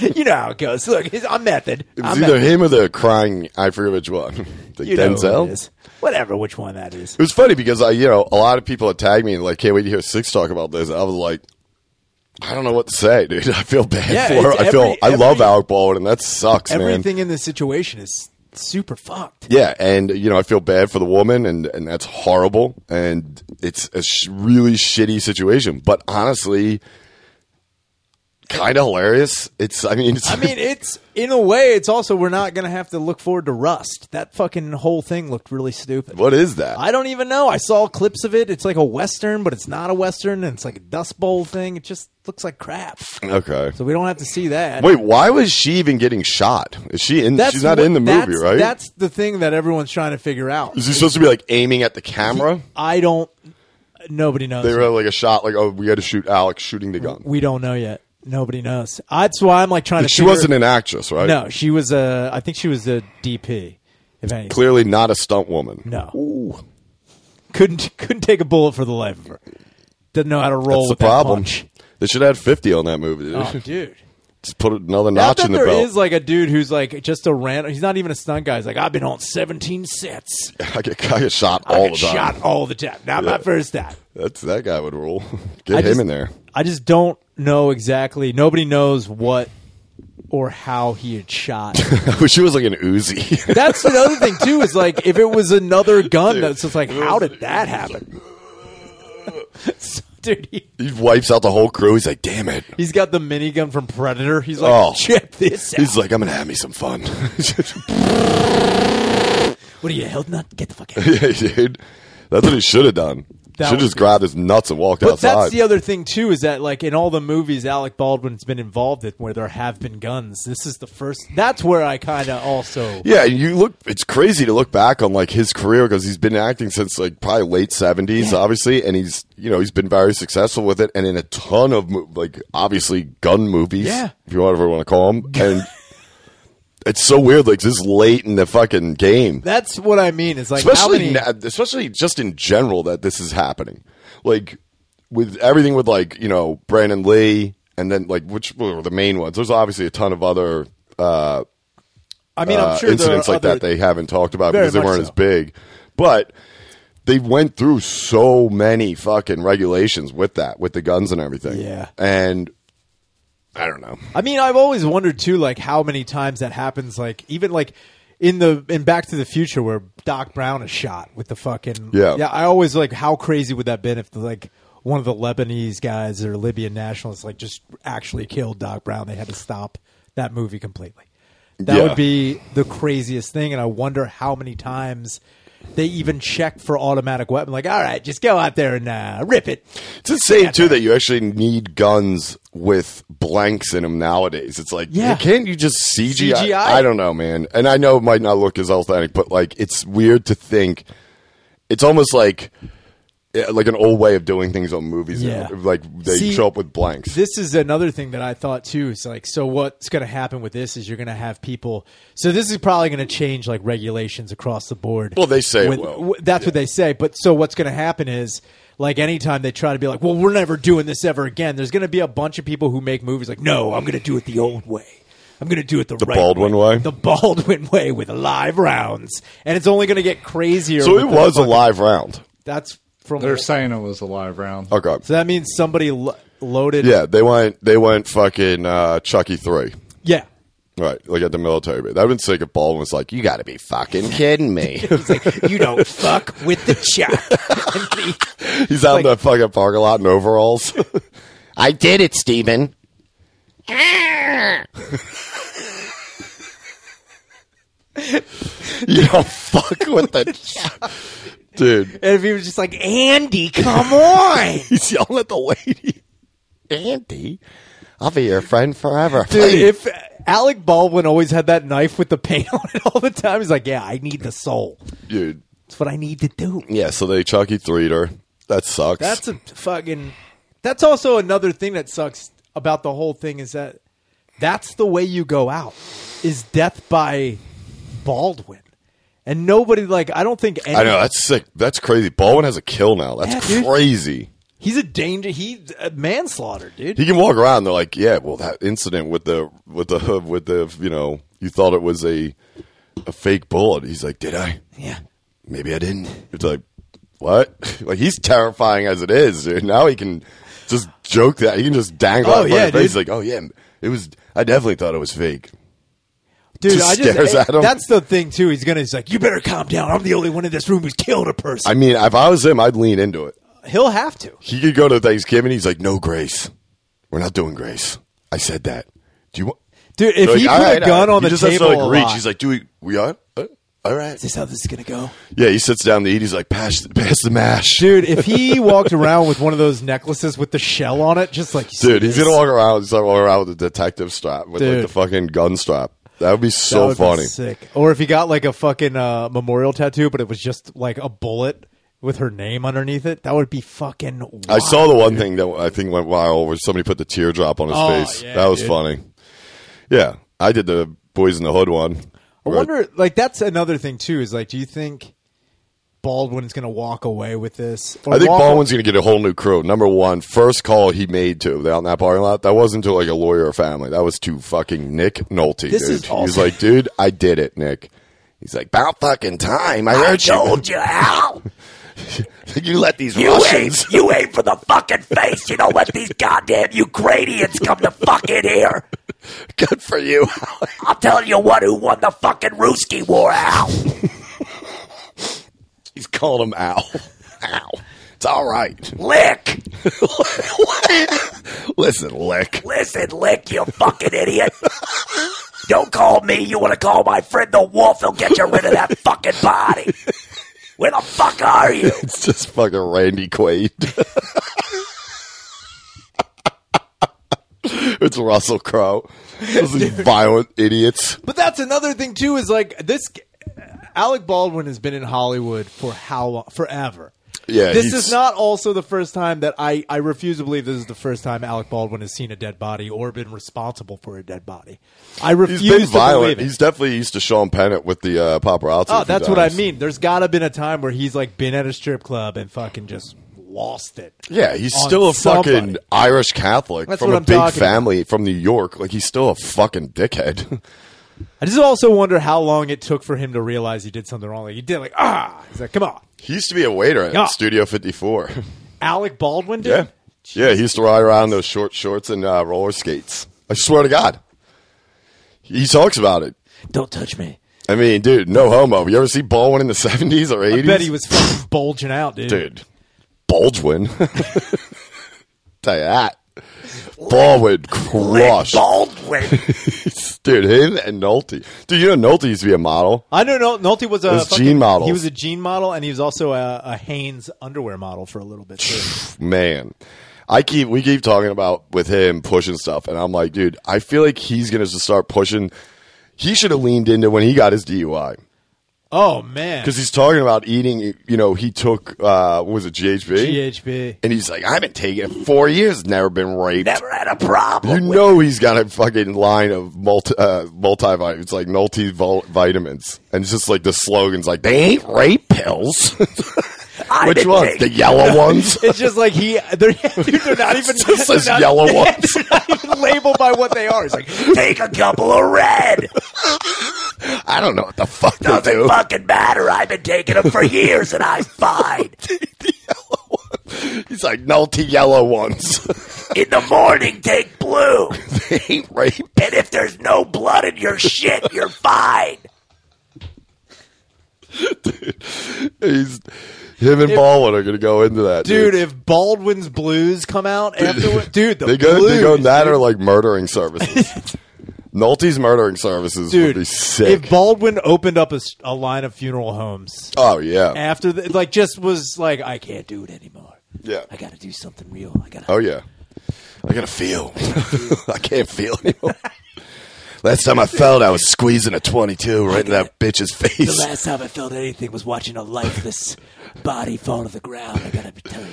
Speaker 2: you know how it goes. Look, it's, I'm method.
Speaker 1: It was
Speaker 2: I'm
Speaker 1: either
Speaker 2: method.
Speaker 1: him or the crying. I forget which one. The
Speaker 2: You know who
Speaker 1: Denzel.
Speaker 2: it
Speaker 1: it,
Speaker 2: is. Whatever, which one that is.
Speaker 1: was funny because I, you know, a lot of people had tagged me and like, can't wait to hear Six talk about this. I was like, I don't know what to say, dude. I feel bad
Speaker 2: Yeah,
Speaker 1: for. Her.
Speaker 2: it's
Speaker 1: I feel.
Speaker 2: every-
Speaker 1: I love
Speaker 2: every-
Speaker 1: Alec Baldwin, and that sucks, man.
Speaker 2: Everything in this situation is super fucked.
Speaker 1: Yeah, and you know, I feel bad for the woman, and and that's horrible, and it's a sh- really shitty situation. But honestly, kind of hilarious. It's. I mean, it's,
Speaker 2: I mean, it's in a way. It's also we're not gonna have to look forward to Rust. That fucking whole thing looked really stupid.
Speaker 1: what is that?
Speaker 2: I don't even know. I saw clips of it. It's like a western, but it's not a western, and it's like a Dust Bowl thing. It just looks like crap.
Speaker 1: okay.
Speaker 2: So we don't have to see that.
Speaker 1: Wait, why was she even getting shot? Is she in? she's not
Speaker 2: what-
Speaker 1: in the movie,
Speaker 2: that's-
Speaker 1: right?
Speaker 2: That's the thing that everyone's trying to figure out.
Speaker 1: Is he supposed to be like aiming at the camera?
Speaker 2: I don't. Nobody knows.
Speaker 1: They were like a shot, like oh, we had to shoot Alex shooting the gun.
Speaker 2: we don't know yet. Nobody knows. That's why I'm like trying to.
Speaker 1: She
Speaker 2: figure-
Speaker 1: wasn't an actress, right?
Speaker 2: No, she was a. I think she was a DP. If anything,
Speaker 1: clearly not a stunt woman.
Speaker 2: no. Couldn't couldn't take a bullet for the life of her. Doesn't know how to roll
Speaker 1: that's the
Speaker 2: with
Speaker 1: problem.
Speaker 2: that punch.
Speaker 1: They should have had fifty on that movie. dude.
Speaker 2: Oh, dude.
Speaker 1: Just put another
Speaker 2: Not
Speaker 1: notch
Speaker 2: that
Speaker 1: in the
Speaker 2: there
Speaker 1: belt.
Speaker 2: is, like a dude who's like just a random. He's not even a stunt guy. He's like, I've been on seventeen sets.
Speaker 1: I, get, I get shot
Speaker 2: I
Speaker 1: all
Speaker 2: got
Speaker 1: the time.
Speaker 2: shot all the time. Not my first time.
Speaker 1: That's that guy would rule. Get
Speaker 2: I
Speaker 1: him
Speaker 2: just-
Speaker 1: in there.
Speaker 2: I just don't know exactly. Nobody knows what or how he had shot.
Speaker 1: I wish he was like an Uzi.
Speaker 2: That's another thing too. Is like if it was another gun, that's just like,
Speaker 1: it was-
Speaker 2: how did that happen? So, Dude, he,
Speaker 1: he wipes out the whole crew. He's like, damn it.
Speaker 2: he's got the minigun from Predator. He's like,
Speaker 1: Oh.
Speaker 2: check this out.
Speaker 1: He's like, I'm gonna have me some fun.
Speaker 2: what are you, held nut? Get the fuck out.
Speaker 1: yeah, dude. That's what he should have done. Should
Speaker 2: That
Speaker 1: have
Speaker 2: was
Speaker 1: just grabbed his nuts and walked
Speaker 2: But
Speaker 1: outside.
Speaker 2: that's the other thing too is that like in all the movies Alec Baldwin's been involved in where there have been guns. This is the first. That's where I kind of also.
Speaker 1: Yeah, and you look. It's crazy to look back on like his career because he's been acting since like probably late seventies, obviously, and he's you know he's been very successful with it, and in a ton of mo- like obviously gun movies,
Speaker 2: Yeah.
Speaker 1: if you whatever want to call them, and it's so weird, like this late in the fucking game,
Speaker 2: That's what I mean. Is like how
Speaker 1: especially
Speaker 2: many?
Speaker 1: na- especially just in general that this is happening, like with everything with like you know Brandon Lee, and then like which were the main ones. There's obviously a ton of other. uh
Speaker 2: I mean, I'm
Speaker 1: uh,
Speaker 2: sure there
Speaker 1: incidents
Speaker 2: are
Speaker 1: like
Speaker 2: other,
Speaker 1: that they haven't talked about
Speaker 2: Very
Speaker 1: because they
Speaker 2: much
Speaker 1: weren't
Speaker 2: so.
Speaker 1: as big. But they went through so many fucking regulations with that, with the guns and everything.
Speaker 2: Yeah.
Speaker 1: And I don't know.
Speaker 2: I mean, I've always wondered too, like how many times that happens. Like even like in the in Back to the Future where Doc Brown is shot with the fucking
Speaker 1: Yeah.
Speaker 2: Yeah, I always like how crazy would that been if like one of the Lebanese guys or Libyan nationalists like just actually killed Doc Brown. They had to stop that movie completely. That
Speaker 1: Yeah.
Speaker 2: would be the craziest thing, and I wonder how many times. They even check for automatic weapon. Like, all right, just go out there and uh, rip it.
Speaker 1: It's insane, too, that you actually need guns with blanks in them nowadays. It's like,
Speaker 2: Yeah.
Speaker 1: can't you just CGI?
Speaker 2: CGI?
Speaker 1: I don't know, man. And I know it might not look as authentic, but like, it's weird to think. It's almost like. yeah, Like an old way of doing things on movies,
Speaker 2: Yeah.
Speaker 1: like they
Speaker 2: See,
Speaker 1: show up with blanks.
Speaker 2: This is another thing that I thought too. Is like, so what's going to happen with this is you're going to have people. So this is probably going to change like regulations across the board.
Speaker 1: Well, they say it
Speaker 2: With-
Speaker 1: will.
Speaker 2: w- that's what they say. But so what's going to happen is like anytime they try to be like, well, we're never doing this ever again. There's going to be a bunch of people who make movies like, no, I'm going to do it the old way. I'm going to do it the, right
Speaker 1: Baldwin way?
Speaker 2: the Baldwin way with live rounds, and it's only going to get crazier.
Speaker 1: so
Speaker 2: with
Speaker 1: it
Speaker 2: the
Speaker 1: was a
Speaker 2: fucking-
Speaker 1: live round.
Speaker 2: That's from
Speaker 3: They're saying it was a live round.
Speaker 1: Okay.
Speaker 2: so that means somebody lo- loaded.
Speaker 1: Yeah, they went. They went fucking uh, Chucky three.
Speaker 2: yeah.
Speaker 1: Right, like at the military base. That would sick if Baldwin was like, "You got to be fucking kidding me."
Speaker 2: He's like, you don't fuck with the chuck.
Speaker 1: He's out in the fucking parking lot in overalls. I did it, Steven. you don't fuck with the dude.
Speaker 2: and if he was just like, Andy, come on.
Speaker 1: He's yelling at the lady, Andy. I'll be your friend forever,
Speaker 2: Dude, if Alec Baldwin always had that knife with the paint on it all the time, he's like, yeah, I need the soul.
Speaker 1: dude.
Speaker 2: That's what I need to do.
Speaker 1: Yeah, so they Chucky three'd her. That sucks.
Speaker 2: That's a fucking. That's also another thing that sucks about the whole thing is that that's the way you go out is death by Baldwin. And nobody, like, I don't think any.
Speaker 1: I know that's sick. That's crazy. Baldwin has a kill now. That's
Speaker 2: Yeah, dude.
Speaker 1: crazy.
Speaker 2: He's a danger. He uh, manslaughter, dude.
Speaker 1: He can walk around. They're like, yeah, well, that incident with the with the with the you know, you thought it was a a fake bullet. He's like, did I?
Speaker 2: yeah.
Speaker 1: Maybe I didn't. It's like, what? Like he's terrifying as it is. Dude. Now he can just joke that he can just dangle.
Speaker 2: Oh,
Speaker 1: out in front of
Speaker 2: yeah,
Speaker 1: your face. He's
Speaker 2: dude.
Speaker 1: like, oh yeah, it was. I definitely thought it was fake.
Speaker 2: Dude,
Speaker 1: Just
Speaker 2: I just
Speaker 1: stares at him.
Speaker 2: that's the thing too. He's gonna he's like, you better calm down. I'm the only one in this room who's killed a person.
Speaker 1: I mean, if I was him, I'd lean into it.
Speaker 2: He'll have to.
Speaker 1: He could go to Thanksgiving. He's like, no grace. We're not doing grace. I said that. Do you want?
Speaker 2: Dude, if
Speaker 1: They're
Speaker 2: he put
Speaker 1: like, "All right,
Speaker 2: a gun
Speaker 1: all right."
Speaker 2: on
Speaker 1: He
Speaker 2: the
Speaker 1: just
Speaker 2: table,
Speaker 1: Has to,
Speaker 2: a
Speaker 1: like, reach.
Speaker 2: lot.
Speaker 1: He's like, "Do we? We on? Uh, all right."
Speaker 2: is this how this is gonna go?
Speaker 1: Yeah, he sits down to eat. He's like, "Pass, pass the mash,
Speaker 2: Dude, if he walked around with one of those necklaces with the shell on it, just like
Speaker 1: Dude, he's gonna walk around. He's gonna walk around with the detective strap, with like
Speaker 2: Dude.
Speaker 1: the fucking gun strap. That would be
Speaker 2: That
Speaker 1: so
Speaker 2: would've been
Speaker 1: funny.
Speaker 2: sick. Or if he got like a fucking uh, memorial tattoo, but it was just like a bullet with her name underneath it, that would be fucking. Wild.
Speaker 1: I saw the one thing that I think went viral where somebody put the teardrop on his
Speaker 2: Oh,
Speaker 1: face.
Speaker 2: yeah,
Speaker 1: that was
Speaker 2: dude.
Speaker 1: funny. Yeah, I did the boys in the hood one.
Speaker 2: I
Speaker 1: Where-
Speaker 2: wonder, like, that's another thing too. Is like, do you think Baldwin's going to walk away with this? Or
Speaker 1: I think
Speaker 2: walk-
Speaker 1: Baldwin's going to get a whole new crew. Number one, first call he made to out in that parking lot, that wasn't to like a lawyer or family. That was to fucking Nick Nolte,
Speaker 2: This
Speaker 1: dude.
Speaker 2: is
Speaker 1: He was
Speaker 2: awesome.
Speaker 1: like, dude, I did it, Nick. He's like, about fucking time. I heard you.
Speaker 4: told you how.
Speaker 1: you let these
Speaker 4: You aim,
Speaker 1: Russians.
Speaker 4: you aim for the fucking face. You don't let these goddamn Ukrainians come to fucking here.
Speaker 1: Good for you.
Speaker 4: I'll tell you what, who won the fucking Ruski War, Al?
Speaker 1: He's calling him Al. Al. It's all right.
Speaker 4: Lick.
Speaker 1: Listen, Lick.
Speaker 4: Listen, Lick, you fucking idiot. Don't call me. You want to call my friend the wolf? He'll get you rid of that fucking body. Where the fuck are you?
Speaker 1: It's just fucking Randy Quaid. it's Russell Crowe. Those violent idiots.
Speaker 2: But that's another thing too. Is like this. Alec Baldwin has been in Hollywood for how long? Forever.
Speaker 1: Yeah,
Speaker 2: This
Speaker 1: he's-
Speaker 2: is not also the first time that I I refuse to believe this is the first time Alec Baldwin has seen a dead body or been responsible for a dead body. I refuse
Speaker 1: He's been
Speaker 2: to
Speaker 1: violent.
Speaker 2: believe it.
Speaker 1: He's definitely used to Sean Penn it with the uh, paparazzi. a few
Speaker 2: oh, that's what I
Speaker 1: times.
Speaker 2: mean. There's got to been a time where he's like been at a strip club and fucking just lost it.
Speaker 1: Yeah, he's
Speaker 2: on
Speaker 1: still a fucking
Speaker 2: somebody.
Speaker 1: Irish Catholic
Speaker 2: That's
Speaker 1: from
Speaker 2: what
Speaker 1: a
Speaker 2: I'm
Speaker 1: big
Speaker 2: talking about.
Speaker 1: family from New York. Like he's still a fucking dickhead.
Speaker 2: I just also wonder how long it took for him to realize he did something wrong. Like he did, like ah, he's like, come on,
Speaker 1: He used to be a waiter at
Speaker 2: Yeah.
Speaker 1: Studio 54.
Speaker 2: Alec Baldwin did.
Speaker 1: yeah. Yeah, he used to ride around in those short shorts and uh, roller skates. I swear to God. He talks about it.
Speaker 4: Don't touch me.
Speaker 1: I mean, dude, no homo. You ever see Baldwin in the 70s or 80s?
Speaker 2: I bet he was fucking bulging out, dude.
Speaker 1: Dude, Baldwin. Tell you that. Baldwin crushed.
Speaker 4: Baldwin.
Speaker 1: Dude, him and Nolte. Dude, you know Nolte used to be a model.
Speaker 2: I don't know. Nolte was a
Speaker 1: Those
Speaker 2: fucking-
Speaker 1: jean models.
Speaker 2: He was a jean model, and he was also a, a Hanes underwear model for a little bit. Too.
Speaker 1: man. I keep we keep talking about with him pushing stuff, and I'm like, dude, I feel like he's gonna just start pushing. He should have leaned into when he got his DUI
Speaker 2: oh man,
Speaker 1: because he's talking about eating. You know, he took uh, what was it GHB,
Speaker 2: GHB.
Speaker 1: and he's like, I've been taking it four years, never been raped.
Speaker 4: Never had a
Speaker 1: You
Speaker 4: problem. with
Speaker 1: know he's got a fucking line of multi uh, multivitamins, like multivitamins, and it's just like the slogans, like they ain't rape pills.
Speaker 4: I
Speaker 1: Which
Speaker 4: didn't
Speaker 1: ones?
Speaker 4: take-
Speaker 1: The yellow ones.
Speaker 2: It's just like he. They're, dude, they're not even.
Speaker 1: just
Speaker 2: they're
Speaker 1: says
Speaker 2: not-
Speaker 1: yellow ones.
Speaker 2: They're not even labeled by what they are. It's like
Speaker 4: Take a couple of red.
Speaker 1: I don't know what the fuck they
Speaker 4: Doesn't
Speaker 1: do.
Speaker 4: fucking matter. I've been taking them for years and I'm fine.
Speaker 1: He's like Nolte yellow ones.
Speaker 4: In the morning, take blue.
Speaker 1: they ain't rape.
Speaker 4: And if there's no blood in your shit, you're fine.
Speaker 1: He's him and Baldwin are gonna go into that,
Speaker 2: dude,
Speaker 1: dude.
Speaker 2: if Baldwin's blues come out afterward, dude, the
Speaker 1: they go,
Speaker 2: blues,
Speaker 1: they go that
Speaker 2: dude.
Speaker 1: or like murdering services. Nolte's murdering services
Speaker 2: dude,
Speaker 1: would be sick.
Speaker 2: if Baldwin opened up a, s- a line of funeral homes
Speaker 1: oh yeah,
Speaker 2: after, the, like, just was like, I can't do it anymore.
Speaker 1: yeah.
Speaker 4: I gotta do something real. I gotta.
Speaker 1: Oh yeah. I gotta feel. I can't feel anymore. Last time I felt, I was squeezing a twenty-two right in that bitch's
Speaker 4: The
Speaker 1: face.
Speaker 4: last time I felt anything was watching a lifeless body fall to the ground. I gotta tell you.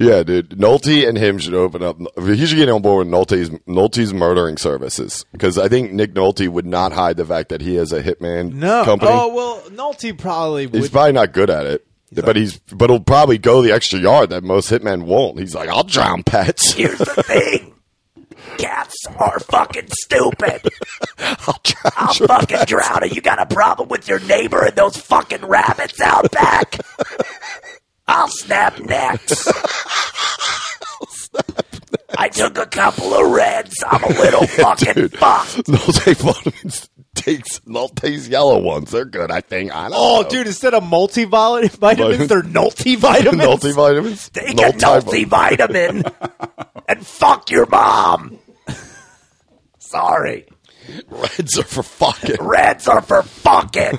Speaker 1: Yeah, dude. Nolte and him should open up. He should get on board with Nolte's Nolte's murdering services because I think Nick Nolte would not hide the fact that he has a hitman
Speaker 2: No.
Speaker 1: company.
Speaker 2: Oh well, Nolte probably would.
Speaker 1: He's probably not good at it, but he's but he'll probably go the extra yard that most hitmen won't. He's like, I'll drown pets.
Speaker 4: Here's the thing. Cats are fucking stupid. I'll, fucking drown it. You got a problem with your neighbor and those fucking rabbits out back? I'll snap necks. I took a couple of reds. I'm a little fucking
Speaker 1: dude.
Speaker 4: fucked.
Speaker 1: Nolte Vonnegut takes Nolte's yellow ones. They're good, I think. I don't
Speaker 2: Oh,
Speaker 1: know.
Speaker 2: dude! Instead of multivitamin- vitamins, they're Nolte vitamins.
Speaker 1: Nolte vitamins.
Speaker 4: Take a multivitamin and fuck your mom. Sorry.
Speaker 1: Reds are for fucking.
Speaker 4: Reds are for fucking.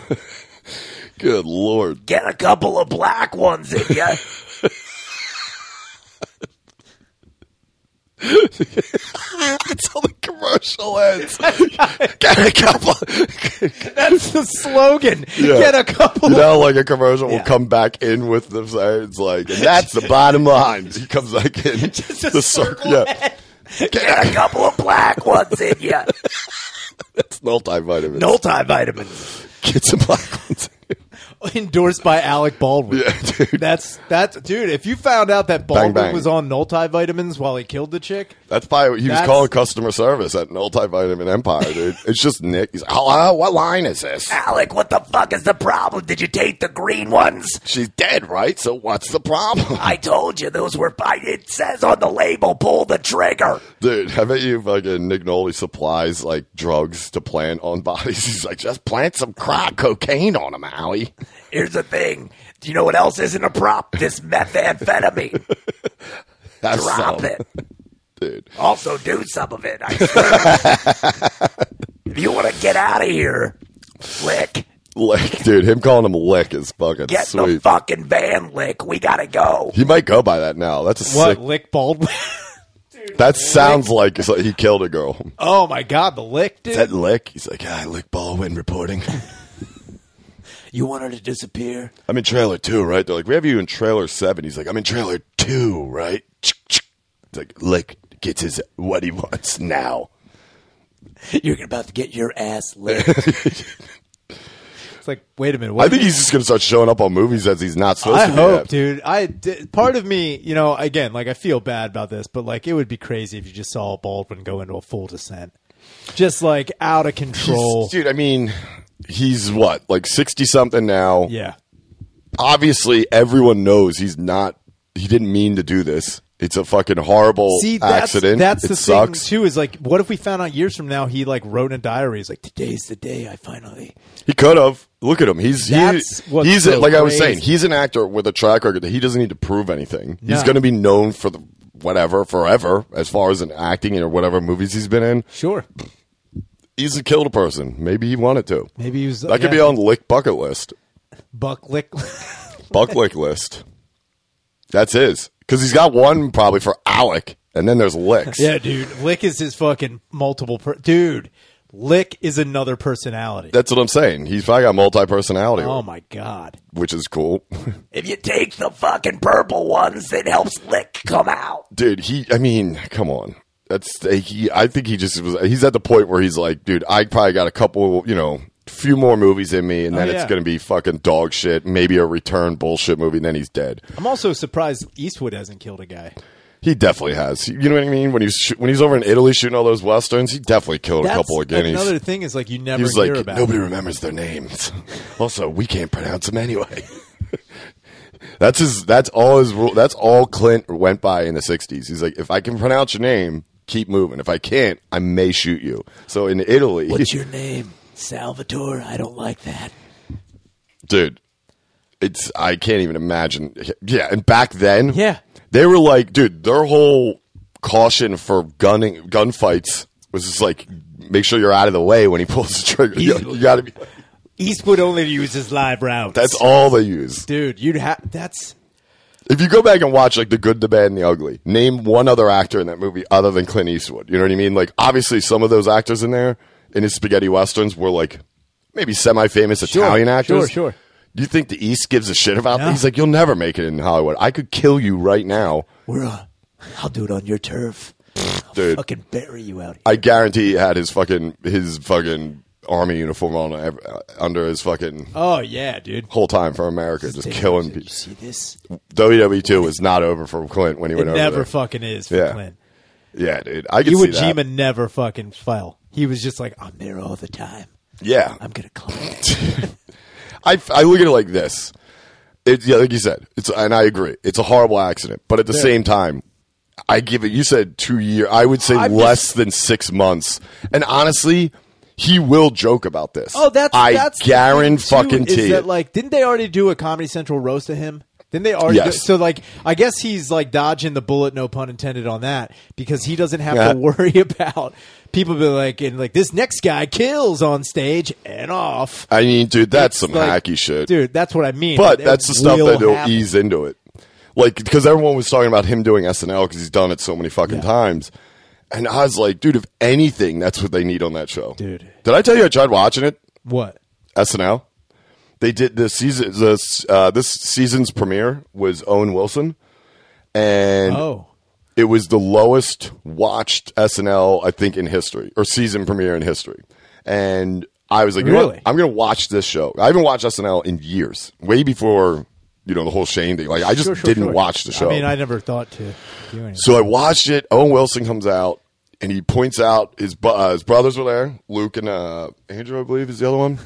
Speaker 1: Good lord.
Speaker 4: Get a couple of black ones in ya.
Speaker 1: That's how the commercial ends. Get a couple.
Speaker 2: That's the slogan.
Speaker 1: Yeah.
Speaker 2: Get a couple.
Speaker 1: You know, like a commercial will
Speaker 2: Yeah.
Speaker 1: come back in with the it's like, and that's the bottom line. He comes back in.
Speaker 2: a
Speaker 1: the
Speaker 2: circle
Speaker 1: Yeah.
Speaker 4: Get a couple of black ones in ya.
Speaker 1: It's multivitamin.
Speaker 2: multivitamins
Speaker 1: Get some black ones.
Speaker 2: endorsed by Alec Baldwin.
Speaker 1: yeah, dude.
Speaker 2: That's that's dude. If you found out that Baldwin
Speaker 1: bang.
Speaker 2: was on multivitamins while he killed the chick,
Speaker 1: That's probably what he was
Speaker 2: That's-
Speaker 1: calling customer service at an multivitamin empire, dude. It's just Nick. He's like, hello, what line is this?
Speaker 4: Alec, what the fuck is the problem? Did you take the green ones?
Speaker 1: She's dead, right? So what's the problem?
Speaker 4: I told you those were. I- It says on the label, pull the trigger.
Speaker 1: Dude, I bet you fucking Nick Nolte supplies like drugs to plant on bodies. He's like, just plant some crack cocaine on him, Allie.
Speaker 4: Here's the thing. Do you know what else isn't a prop? This methamphetamine.
Speaker 1: That's
Speaker 4: Drop
Speaker 1: some-
Speaker 4: it.
Speaker 1: dude.
Speaker 4: Also, do some of it. I swear. if you want to get out of here, Lick,
Speaker 1: Lick, dude. Him calling him lick is fucking
Speaker 4: get in the
Speaker 1: sweet.
Speaker 4: fucking van, Lick. We gotta go.
Speaker 1: he might go by that now. That's a
Speaker 2: what
Speaker 1: sick.
Speaker 2: lick Baldwin?
Speaker 1: That sounds like it's like he killed a girl.
Speaker 2: oh my god, the lick, dude.
Speaker 1: Is that lick? He's like, ah, lick Baldwin reporting.
Speaker 4: You want her to disappear?
Speaker 1: I'm in trailer two, right? They're like, we have you in trailer seven. He's like, I'm in trailer two, right? It's like, lick gets his what he wants now.
Speaker 4: You're about to get your ass licked.
Speaker 2: it's like wait a minute. What
Speaker 1: I think he's just gonna start showing up on movies as he's not supposed
Speaker 2: I
Speaker 1: to. be
Speaker 2: hope,
Speaker 1: at.
Speaker 2: dude. I di- part of me, you know, again, like I feel bad about this, but like it would be crazy if you just saw Baldwin go into a full descent, just like out of
Speaker 1: He's-
Speaker 2: control.
Speaker 1: dude. I mean, he's what, like sixty something now.
Speaker 2: Yeah,
Speaker 1: obviously everyone knows he's not. He didn't mean to do this. It's a fucking horrible
Speaker 2: See, that's,
Speaker 1: accident.
Speaker 2: That's
Speaker 1: it
Speaker 2: the
Speaker 1: sucks.
Speaker 2: thing too. Is like, what if we found out years from now he like wrote in a diary? He's like, today's the day I finally.
Speaker 1: He could have. Look at him. He's he,
Speaker 2: That's what's
Speaker 1: he's
Speaker 2: so
Speaker 1: like I was
Speaker 2: crazy.
Speaker 1: saying. He's an actor with a track record that he doesn't need to prove anything. He's
Speaker 2: No.
Speaker 1: going to be known for the whatever forever as far as in acting or whatever movies he's been in.
Speaker 2: Sure,
Speaker 1: He's a killed person. Maybe he wanted to.
Speaker 2: maybe he was
Speaker 1: That could be
Speaker 2: yeah,
Speaker 1: on lick bucket list,
Speaker 2: Buck Lick.
Speaker 1: buck lick list. That's his because he's got one probably for Alec, and then there's licks.
Speaker 2: yeah, dude, Lick is his fucking multiple. Per- dude, Lick is another personality.
Speaker 1: That's what I'm saying. He's probably got multi personality,
Speaker 2: oh my god.
Speaker 1: which is cool.
Speaker 4: If you take the fucking purple ones, it helps lick come out.
Speaker 1: dude he i mean come on that's he i think he just was he's at the point where he's like dude i probably got a couple you know few more movies in me and then
Speaker 2: Oh,
Speaker 1: it's
Speaker 2: yeah.
Speaker 1: gonna be fucking dog shit maybe a return bullshit movie and then he's dead
Speaker 2: I'm also surprised Eastwood hasn't killed a guy.
Speaker 1: he definitely has you know what i mean when he's shoot- when he's over in italy shooting all those westerns he definitely killed
Speaker 2: That's
Speaker 1: a couple of guineas
Speaker 2: Another thing is like you never
Speaker 1: he was
Speaker 2: hear
Speaker 1: like
Speaker 2: about.
Speaker 1: nobody remembers their names also we can't pronounce them anyway that's his that's all his rule that's all clint went by in the 60s he's like if i can pronounce your name keep moving if i can't i may shoot you so in italy
Speaker 2: your name? Salvatore. I don't like that.
Speaker 1: dude it's i can't even imagine yeah and back then
Speaker 2: Yeah.
Speaker 1: they were like dude their whole caution for gunning gunfights was just like make sure you're out of the way when he pulls the trigger you, you gotta be
Speaker 2: Eastwood only uses live rounds.
Speaker 1: that's all they use
Speaker 2: dude. You'd have that's
Speaker 1: If you go back and watch like the good, the bad, and the ugly, name one other actor in that movie other than Clint Eastwood. You know what I mean? Like obviously some of those actors in there in his spaghetti westerns were like maybe semi-famous Italian actors.
Speaker 2: sure, sure.
Speaker 1: Do you think the East gives a shit about
Speaker 2: No.
Speaker 1: that? He's like, you'll never make it in Hollywood. I could kill you right now,
Speaker 4: We're
Speaker 2: uh,
Speaker 4: on. I'll do it on your turf.
Speaker 1: dude.
Speaker 4: Fucking bury you out here.
Speaker 1: I guarantee he had his fucking his fucking army uniform on ev- uh, under his fucking
Speaker 2: oh yeah, dude.
Speaker 1: whole time for America, just killing people.
Speaker 4: See this?
Speaker 1: WWE E two was not over for Clint when he
Speaker 2: It
Speaker 1: went over
Speaker 2: never
Speaker 1: there.
Speaker 2: fucking is for
Speaker 1: Yeah.
Speaker 2: Clint.
Speaker 1: yeah, dude. I could
Speaker 2: Iwo
Speaker 1: see that.
Speaker 2: Jima never fucking fell. He was just like, I'm there all the time.
Speaker 1: Yeah,
Speaker 4: I'm gonna climb.
Speaker 1: I, I look at it like this. It, yeah, like you said, it's and I agree. It's a horrible accident, but at the same time, I give it. You said two year. I would say
Speaker 2: I'm
Speaker 1: less
Speaker 2: just-
Speaker 1: than six months. And honestly, he will joke about this.
Speaker 2: Oh, that's
Speaker 1: I
Speaker 2: that's the
Speaker 1: guarantee
Speaker 2: thing, too,
Speaker 1: fucking
Speaker 2: is
Speaker 1: tea.
Speaker 2: That, like, didn't they already do a Comedy Central roast of him? Didn't they already?
Speaker 1: Yes.
Speaker 2: do- so like, I guess he's like dodging the bullet, no pun intended, on that because he doesn't have
Speaker 1: Yeah.
Speaker 2: to worry about people be like, and like this next guy kills on stage and off.
Speaker 1: I mean, dude, that's
Speaker 2: It's
Speaker 1: some
Speaker 2: like-
Speaker 1: hacky shit.
Speaker 2: dude. That's what I mean.
Speaker 1: But
Speaker 2: It
Speaker 1: that's the stuff
Speaker 2: will
Speaker 1: that will
Speaker 2: happen.
Speaker 1: ease into it. Like, because everyone was talking about him doing SNL because he's done it so many fucking times. And I was like, dude, if anything, that's what they need on that show.
Speaker 2: Dude.
Speaker 1: Did I tell you I tried watching it?
Speaker 2: What?
Speaker 1: SNL. They did the season. The, uh, this season's premiere was Owen Wilson, and
Speaker 2: Oh,
Speaker 1: it was the lowest watched SNL I think in history or season premiere in history. And I was like, you know what?
Speaker 2: Really?
Speaker 1: I'm gonna watch this show. I haven't watched SNL in years, way before you know the whole Shane thing. Like I just
Speaker 2: Sure, sure,
Speaker 1: didn't
Speaker 2: sure.
Speaker 1: watch the show.
Speaker 2: I mean, I never thought to do anything.
Speaker 1: So I watched it. Owen Wilson comes out and he points out his bu- uh, his brothers were there, Luke and uh, Andrew, I believe, is the other one.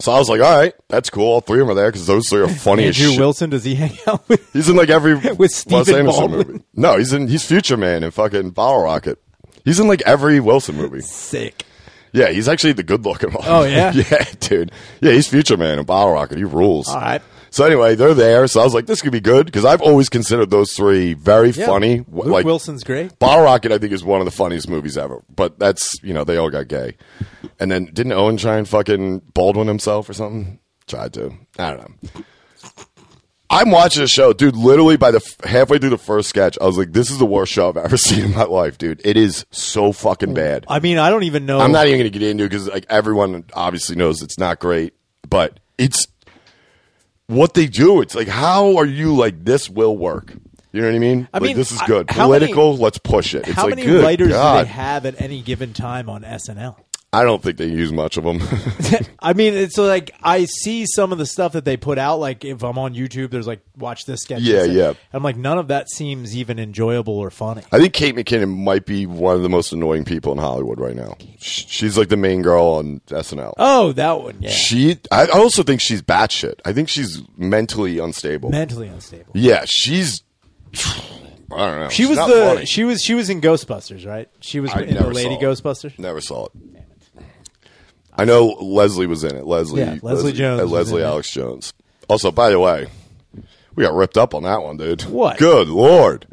Speaker 1: So I was like, all right, that's cool. All three of them are there because those three are funny as
Speaker 2: Andrew
Speaker 1: shit.
Speaker 2: Wilson, does he hang out with?
Speaker 1: He's in like every Wes
Speaker 2: Stephen
Speaker 1: Anderson
Speaker 2: Baldwin.
Speaker 1: movie. No, he's in he's Future Man and fucking Bottle Rocket. He's in like every Wilson movie.
Speaker 2: Sick.
Speaker 1: Yeah, he's actually the good looking one.
Speaker 2: Oh, yeah?
Speaker 1: yeah, dude. Yeah, he's Future Man and Bottle Rocket. He rules.
Speaker 2: All right.
Speaker 1: So anyway, they're there. So I was like, this could be good because I've always considered those three very
Speaker 2: Yeah.
Speaker 1: funny.
Speaker 2: Luke
Speaker 1: like
Speaker 2: Wilson's great.
Speaker 1: Bottle Rocket, I think, is one of the funniest movies ever. But that's you know they all got gay, and then didn't Owen try and fucking Baldwin himself or something? Tried to. I don't know. I'm watching a show, dude. Literally by the f- halfway through the first sketch, I was like, "This is the worst show I've ever seen in my life, dude. It is so fucking bad."
Speaker 2: I mean, I don't even know.
Speaker 1: I'm not even going to get into it because like everyone obviously knows it's not great, but it's what they do. It's like how are you like this will work? You know what I mean?
Speaker 2: I
Speaker 1: like,
Speaker 2: mean,
Speaker 1: this is
Speaker 2: I-
Speaker 1: good.
Speaker 2: how
Speaker 1: Political,
Speaker 2: many-
Speaker 1: let's push it. It's
Speaker 2: How
Speaker 1: like
Speaker 2: many
Speaker 1: good
Speaker 2: writers
Speaker 1: God.
Speaker 2: do they have at any given time on SNL?
Speaker 1: I don't think they use much of them.
Speaker 2: I mean, it's like I see some of the stuff that they put out. Like if I'm on YouTube, there's like watch this sketch.
Speaker 1: Yeah,
Speaker 2: and-
Speaker 1: yeah.
Speaker 2: and I'm like, none of that seems even enjoyable or funny.
Speaker 1: I think Kate McKinnon might be one of the most annoying people in Hollywood right now. Sh- She's like the main girl on SNL.
Speaker 2: Oh, that one. Yeah,
Speaker 1: She, I also think she's batshit. I think she's mentally unstable.
Speaker 2: mentally unstable.
Speaker 1: yeah, she's. I don't know.
Speaker 2: She was
Speaker 1: not
Speaker 2: the
Speaker 1: funny.
Speaker 2: she was she was in Ghostbusters, right? She was
Speaker 1: I
Speaker 2: in the
Speaker 1: never
Speaker 2: Lady
Speaker 1: saw it.
Speaker 2: Ghostbusters.
Speaker 1: Never saw it. I know Leslie was in it. Leslie,
Speaker 2: Yeah, Leslie Jones
Speaker 1: uh,
Speaker 2: was
Speaker 1: Leslie
Speaker 2: in it.
Speaker 1: Alex Jones. Also, by the way, we got ripped up on that one, dude.
Speaker 2: What?
Speaker 1: Good lord!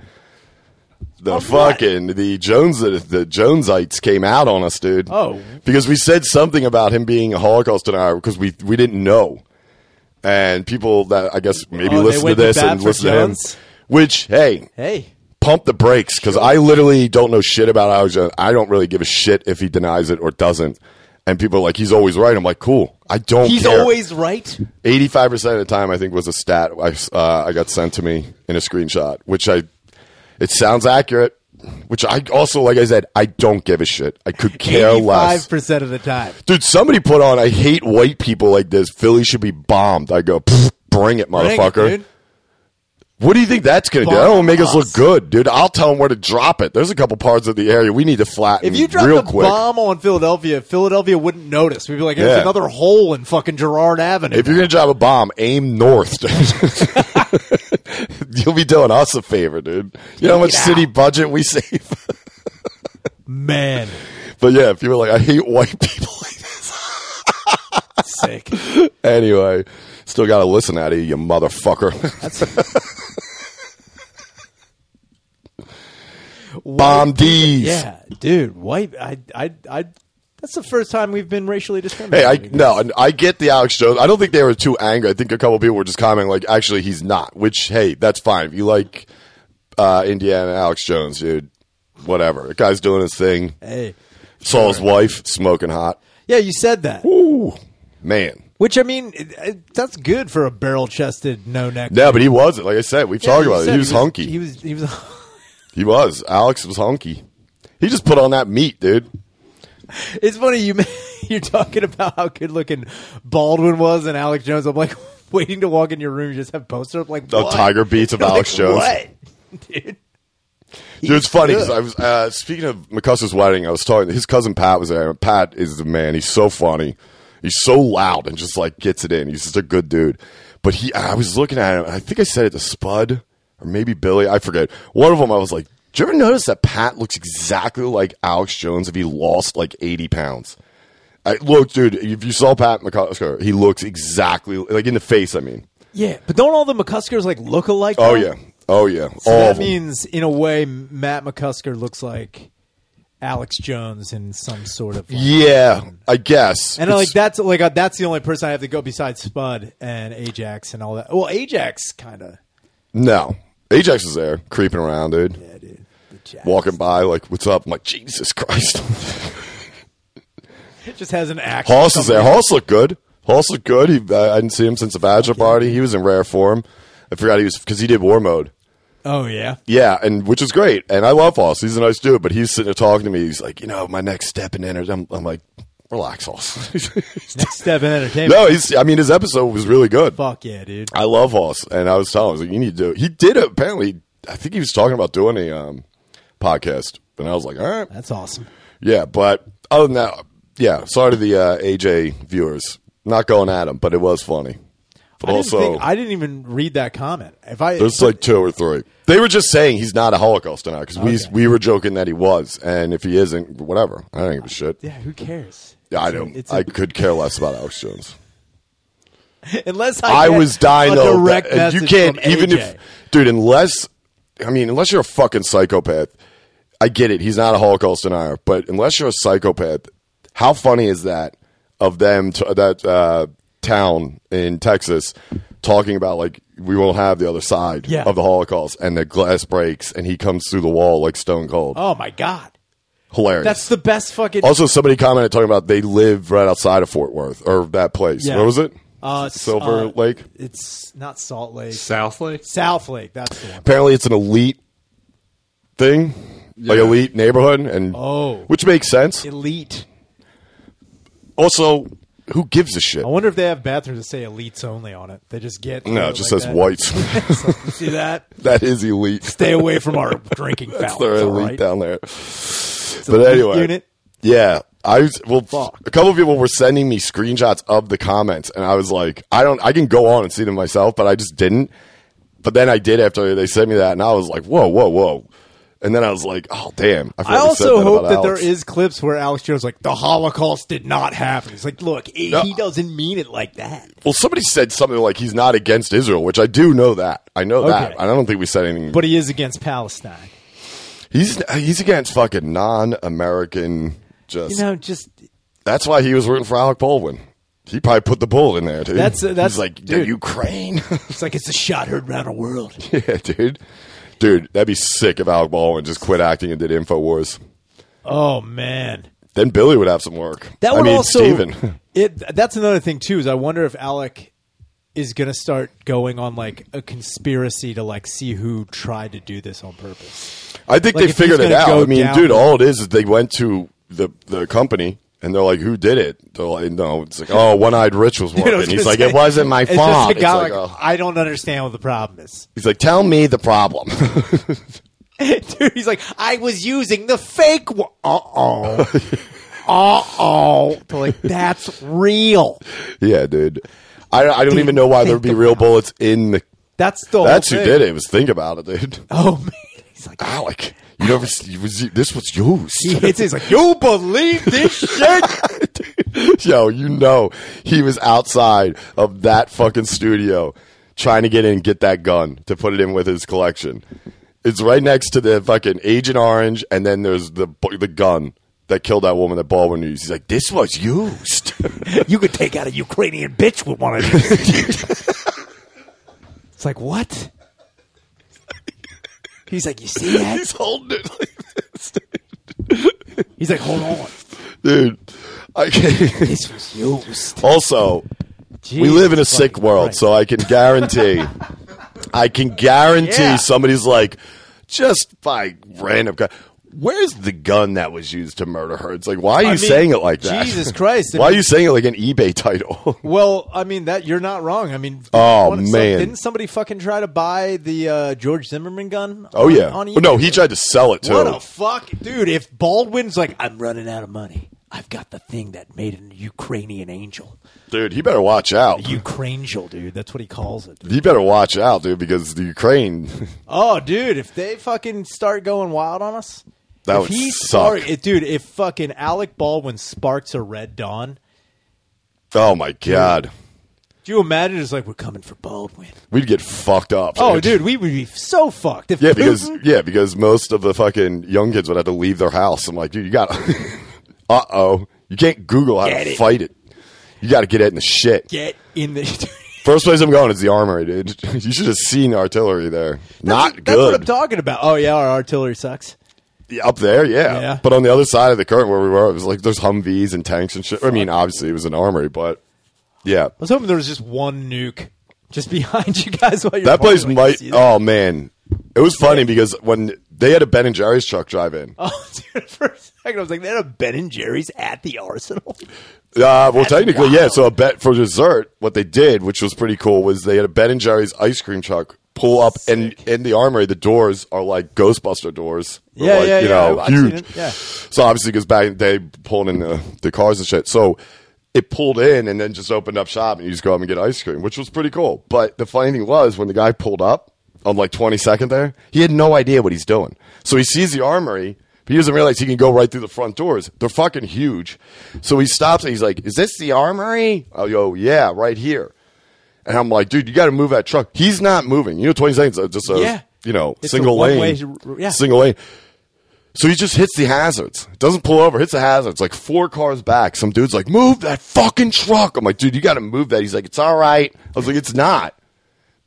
Speaker 1: The fucking the Jones the Jonesites came out on us, dude.
Speaker 2: Oh.
Speaker 1: because we said something about him being a Holocaust denier because we we didn't know, and people that I guess maybe
Speaker 2: Oh,
Speaker 1: listen
Speaker 2: they
Speaker 1: to
Speaker 2: went to
Speaker 1: this
Speaker 2: bat
Speaker 1: and
Speaker 2: for
Speaker 1: listen
Speaker 2: Jones?
Speaker 1: to him. Which hey,
Speaker 2: Hey,
Speaker 1: pump the brakes because I literally don't know shit about Alex Jones. I don't really give a shit if he denies it or doesn't. And people are like, he's always right. I'm like, cool. I don't.
Speaker 2: he's
Speaker 1: care.
Speaker 2: always right.
Speaker 1: 85 percent of the time. I think was a stat I uh, I got sent to me in a screenshot, which I it sounds accurate. Which I also, like I said, I don't give a shit. I could care less.
Speaker 2: Eighty-five percent of the time.
Speaker 1: Dude, somebody put on, I hate white people like this. Philly should be bombed. I go, "Pfft, bring it,
Speaker 2: Bring it,
Speaker 1: motherfucker.
Speaker 2: dude.
Speaker 1: What do you think that's going to do?
Speaker 2: Bomb
Speaker 1: That'll make us
Speaker 2: us.
Speaker 1: look good, dude. I'll tell them where to drop it. There's a couple parts of the area we need to flatten
Speaker 2: If you dropped
Speaker 1: Mm, real
Speaker 2: a
Speaker 1: quick.
Speaker 2: bomb on Philadelphia, Philadelphia wouldn't notice. We'd be like, "There's
Speaker 1: Yeah.
Speaker 2: another hole in fucking Gerard Avenue."
Speaker 1: If you're going to drop a bomb, aim north. dude. You'll be doing us a favor, dude. You know how much city budget we save?
Speaker 2: Man,
Speaker 1: but yeah, if you were like, I hate white people like this.
Speaker 2: sick.
Speaker 1: Anyway, still got to listen out of you, you motherfucker. bomb D's.
Speaker 2: Yeah, dude, white. I, I, I. That's the first time we've been racially
Speaker 1: Hey, I
Speaker 2: discriminated.
Speaker 1: no, and I get the Alex Jones. I don't think they were too angry. I think a couple people were just commenting like, actually, he's not. Which, hey, that's fine. If you like uh, Indiana Alex Jones, dude, whatever. The guy's doing his thing.
Speaker 2: Hey,
Speaker 1: Saw his wife smoking hot.
Speaker 2: yeah, you said that.
Speaker 1: Ooh, man.
Speaker 2: Which I mean, it, it, that's good for a barrel-chested, no-neck.
Speaker 1: No, but he wasn't. Like I said, we've
Speaker 2: Yeah,
Speaker 1: talked
Speaker 2: you
Speaker 1: about it.
Speaker 2: said
Speaker 1: He was hunky.
Speaker 2: He was. He was.
Speaker 1: He was. Alex was hunky. He just put on that meat, dude.
Speaker 2: it's funny you. ma- You're talking about how good-looking Baldwin was and Alex Jones. I'm like waiting to walk in your room. You just have posters up like
Speaker 1: The
Speaker 2: what?
Speaker 1: tiger beats of
Speaker 2: Like,
Speaker 1: Alex Jones.
Speaker 2: What, dude?
Speaker 1: Dude, it's funny because I was uh, speaking of McCusker's wedding. I was talking. His cousin Pat was there. and Pat is the man. He's so funny. He's so loud and just like gets it in. He's just a good dude. But he, I was looking at him. and I think I said it to Spud or maybe Billy. I forget. One of them. I was like, "Do you ever notice that Pat looks exactly like Alex Jones if he lost like eighty pounds?" I look, dude. If you saw Pat McCusker, he looks exactly like in the face. I mean,
Speaker 2: Yeah, but don't all the McCuskers like look alike?
Speaker 1: oh
Speaker 2: though?
Speaker 1: yeah, oh yeah,
Speaker 2: So
Speaker 1: all of
Speaker 2: that
Speaker 1: 'em.
Speaker 2: means, in a way, Matt McCusker looks like Alex Jones in some sort of. like-
Speaker 1: yeah, I guess.
Speaker 2: And
Speaker 1: It's-
Speaker 2: like that's like uh, that's the only person I have to go besides Spud and Ajax and all that. Well, Ajax kind of.
Speaker 1: No. Ajax was there, creeping around, dude.
Speaker 2: Yeah, dude. The Jax.
Speaker 1: Walking by, like, what's up? I'm like, Jesus Christ.
Speaker 2: It just has an axe.
Speaker 1: Hoss is there. Hoss looked good. Hoss looked good. He, I, I didn't see him since the Badger party. He was in rare form. I forgot he was, because he did war mode.
Speaker 2: Oh yeah.
Speaker 1: Yeah, and which is great. And I love Hoss. He's a nice dude, but he's sitting there talking to me. He's like, you know, my next step in energy. I'm, I'm like, relax, Hoss.
Speaker 2: Next step in entertainment.
Speaker 1: no, he's, I mean, his episode was really good.
Speaker 2: Fuck yeah, dude.
Speaker 1: I love Hoss, and I was telling him, I was like, you need to. He did it, apparently. I think he was talking about doing a um, podcast, and I was like, all right,
Speaker 2: That's awesome.
Speaker 1: yeah. But other than that, yeah. Sorry to the uh, AJ viewers, not going at him, but it was funny. But
Speaker 2: I didn't,
Speaker 1: also,
Speaker 2: think, I didn't even read that comment. If I
Speaker 1: there's like two or three. They were just saying he's not a Holocaust denier because
Speaker 2: Okay.
Speaker 1: we we were joking that he was, and if he isn't, whatever. I don't give a shit.
Speaker 2: yeah, who cares?
Speaker 1: Yeah, I
Speaker 2: It's a-
Speaker 1: don't.
Speaker 2: it's a-
Speaker 1: I could care less about Alex Jones.
Speaker 2: unless I,
Speaker 1: I
Speaker 2: get
Speaker 1: was dying
Speaker 2: a
Speaker 1: though.
Speaker 2: direct
Speaker 1: that- and you
Speaker 2: message
Speaker 1: can't
Speaker 2: from
Speaker 1: even
Speaker 2: AJ.
Speaker 1: if, dude. Unless I mean, unless you're a fucking psychopath, I get it. He's not a Holocaust denier, but unless you're a psychopath, how funny is that of them t- that uh, town in Texas talking about like we won't have the other side
Speaker 2: Yeah.
Speaker 1: of the Holocaust, and the glass breaks, and he comes through the wall like Stone Cold.
Speaker 2: Oh my god,
Speaker 1: Hilarious.
Speaker 2: that's the best fucking.
Speaker 1: also, somebody commented talking about they live right outside of Fort Worth or that place.
Speaker 2: Yeah.
Speaker 1: What was it?
Speaker 2: Uh, s-
Speaker 1: Silver
Speaker 2: uh,
Speaker 1: Lake.
Speaker 2: It's not Salt Lake.
Speaker 3: South Lake.
Speaker 2: South Lake. That's the one.
Speaker 1: apparently it's an elite thing, like
Speaker 3: Yeah.
Speaker 1: elite neighborhood, and
Speaker 2: Oh.
Speaker 1: which makes sense.
Speaker 2: Elite.
Speaker 1: Also, who gives a shit?
Speaker 2: I wonder if they have bathrooms that say elites only on it. They just get
Speaker 1: No, it just says whites.
Speaker 2: You see that?
Speaker 1: that is elite.
Speaker 2: Stay away from our drinking
Speaker 1: That's their
Speaker 2: fountains. all
Speaker 1: elite
Speaker 2: right?
Speaker 1: down there.
Speaker 2: an
Speaker 1: but
Speaker 2: elite
Speaker 1: anyway,
Speaker 2: unit.
Speaker 1: yeah, I was, well,
Speaker 2: Fuck.
Speaker 1: a couple of people were sending me screenshots of the comments, and I was like, I don't, I can go on and see them myself, but I just didn't. But then I did after they sent me that, and I was like, whoa, whoa, whoa. And then I was like, oh damn! forgot
Speaker 2: I
Speaker 1: they said
Speaker 2: also hope
Speaker 1: about
Speaker 2: that there
Speaker 1: Alex.
Speaker 2: is clips where Alex Jones like the Holocaust did not happen. It's like, look, he
Speaker 1: No.
Speaker 2: he doesn't mean it like that.
Speaker 1: Well, somebody said something like he's not against Israel, which I do know that. I know that.
Speaker 2: Okay.
Speaker 1: I don't think we said anything.
Speaker 2: But he is against Palestine.
Speaker 1: he's he's against fucking non-American. Just
Speaker 2: You know, just
Speaker 1: That's why he was rooting for Alec Baldwin. He probably put the bull in there, dude.
Speaker 2: That's- uh, that's-
Speaker 1: He's like "The
Speaker 2: dude.
Speaker 1: Ukraine.
Speaker 2: it's like it's a shot heard around the world.
Speaker 1: yeah, dude. Dude, that'd be sick if Alec Baldwin just quit acting and did Infowars.
Speaker 2: Oh man.
Speaker 1: Then Billy would have some work.
Speaker 2: That
Speaker 1: I
Speaker 2: would
Speaker 1: mean,
Speaker 2: also
Speaker 1: Steven.
Speaker 2: it. That's another thing too. Is I wonder if Alec is going to start going on like a conspiracy to like see who tried to do this on purpose.
Speaker 1: I think
Speaker 2: Like, if
Speaker 1: they
Speaker 2: he's
Speaker 1: figured it
Speaker 2: gonna
Speaker 1: out.
Speaker 2: go
Speaker 1: I mean,
Speaker 2: down-
Speaker 1: dude, all it is is they went to the the company and they're like, "Who did it?" They're like, "No." It's like, "Oh, one eyed Rich was
Speaker 2: You
Speaker 1: working."
Speaker 2: know,
Speaker 1: he's
Speaker 2: just
Speaker 1: like, "It wasn't my
Speaker 2: it's
Speaker 1: fault."
Speaker 2: Just a
Speaker 1: It's
Speaker 2: guy
Speaker 1: like,
Speaker 2: like,
Speaker 1: oh.
Speaker 2: I don't understand what the problem is,
Speaker 1: He's like, "Tell me the problem."
Speaker 2: dude. He's like, I was using the fake. Wa- uh oh. Uh oh. Like that's real.
Speaker 1: yeah, dude. I, I don't even know why there'd be
Speaker 2: think
Speaker 1: real
Speaker 2: about-
Speaker 1: bullets in the.
Speaker 2: That's the.
Speaker 1: That's
Speaker 2: whole
Speaker 1: who
Speaker 2: thing.
Speaker 1: did it. It was think about it, dude.
Speaker 2: Oh man. He's like,
Speaker 1: Alec, you never. You was, this was
Speaker 2: he
Speaker 1: used.
Speaker 2: hits. it. He's like, you believe this shit?
Speaker 1: Yo, you know he was outside of that fucking studio trying to get in and get that gun to put it in with his collection. It's right next to the fucking Agent Orange, and then there's the bu- the gun that killed that woman that Baldwin used. He's like, this was used.
Speaker 4: You could take out a Ukrainian bitch with one of these.
Speaker 2: It's like what?
Speaker 4: He's like, you see that?
Speaker 1: He's holding it like this,
Speaker 4: He's like, hold on.
Speaker 1: dude. I can't.
Speaker 4: This was used.
Speaker 1: Also, we live in a sick world, so I can guarantee, I can guarantee
Speaker 2: Yeah.
Speaker 1: somebody's like, just by random. gu- Where's the gun that was used to murder her? It's like, why are you
Speaker 2: I mean,
Speaker 1: saying it like that?
Speaker 2: Jesus Christ, I
Speaker 1: why are
Speaker 2: mean-
Speaker 1: you saying it like an eBay title?
Speaker 2: Well, I mean that you're not wrong. I mean,
Speaker 1: Oh,
Speaker 2: one- some-
Speaker 1: man.
Speaker 2: didn't somebody fucking try to buy the uh, George Zimmerman gun?
Speaker 1: oh
Speaker 2: on-
Speaker 1: yeah.
Speaker 2: on
Speaker 1: Well, no,
Speaker 2: eBay?
Speaker 1: he tried to sell it too.
Speaker 2: What a fuck, dude! If Baldwin's like, I'm
Speaker 4: I'm running out of money. I've got the thing that made an Ukrainian angel.
Speaker 1: dude, he better watch out.
Speaker 2: Ukrainian, dude, that's what he calls it.
Speaker 1: He better watch out, dude, because the Ukraine.
Speaker 2: Oh, dude, if they fucking start going wild on us,
Speaker 1: That
Speaker 2: if
Speaker 1: would
Speaker 2: he
Speaker 1: suck.
Speaker 2: spark- it- dude. If fucking Alec Baldwin sparks a red dawn,
Speaker 1: oh my god,
Speaker 2: do you imagine? It's like we're coming.
Speaker 4: Coming for Baldwin.
Speaker 1: we'd get fucked up.
Speaker 2: Oh, dude, we would be so fucked. If
Speaker 1: Yeah, because
Speaker 2: Putin-
Speaker 1: yeah, because most of the fucking young kids would have to leave their house. I'm like, dude, you got uh oh, you can't Google how
Speaker 4: Get
Speaker 1: to
Speaker 4: it.
Speaker 1: fight it. You got to get it in the shit.
Speaker 2: get in the.
Speaker 1: First place I'm going is the armory, dude. You should have seen the artillery there. Not
Speaker 2: That's what I'm
Speaker 1: good
Speaker 2: talking about. Oh yeah, our artillery sucks.
Speaker 1: Yeah, up there, yeah.
Speaker 2: Yeah.
Speaker 1: But on the other side of the curtain where we were, it was like there's Humvees and tanks and shit. I mean, obviously it was an armory, but yeah,
Speaker 2: I was hoping there was just one nuke just behind you guys while you're
Speaker 1: that place
Speaker 2: partying.
Speaker 1: might.
Speaker 2: See that?
Speaker 1: Oh man, it was funny because when they had a Ben and Jerry's truck drive in,
Speaker 2: Oh, dude, for a second I was like, they had a Ben and Jerry's at the arsenal.
Speaker 1: Uh, well, technically, yeah. So a bet for dessert, what they did, which was pretty cool, was they had a Ben and Jerry's ice cream truck pull up, and in the armory, the doors are like Ghostbuster doors. They're,
Speaker 2: Yeah,
Speaker 1: like,
Speaker 2: yeah,
Speaker 1: you
Speaker 2: yeah.
Speaker 1: know,
Speaker 2: I've seen
Speaker 1: huge.
Speaker 2: it. Yeah.
Speaker 1: So obviously, because back in the day, pulling in the, the cars and shit. So it pulled in and then just opened up shop, and you just go up and get ice cream, which was pretty cool. But the funny thing was, when the guy pulled up on like 22nd there, he had no idea what he's doing. So he sees the armory. But he doesn't realize he can go right through the front doors. They're fucking huge. So he stops and he's like, Is this the armory? I go, Yeah, right here. And I'm like, Dude, you got to move that truck. He's not moving. You know, 20 seconds, uh, just a,
Speaker 2: Yeah.
Speaker 1: you know,
Speaker 2: It's a
Speaker 1: single lane.
Speaker 2: one-way r- yeah.
Speaker 1: Single lane. So he just hits the hazards. Doesn't pull over, hits the hazards. Like four cars back. Some dude's like, Move that fucking truck. I'm like, Dude, you got to move that. He's like, It's all right. I was like, It's not.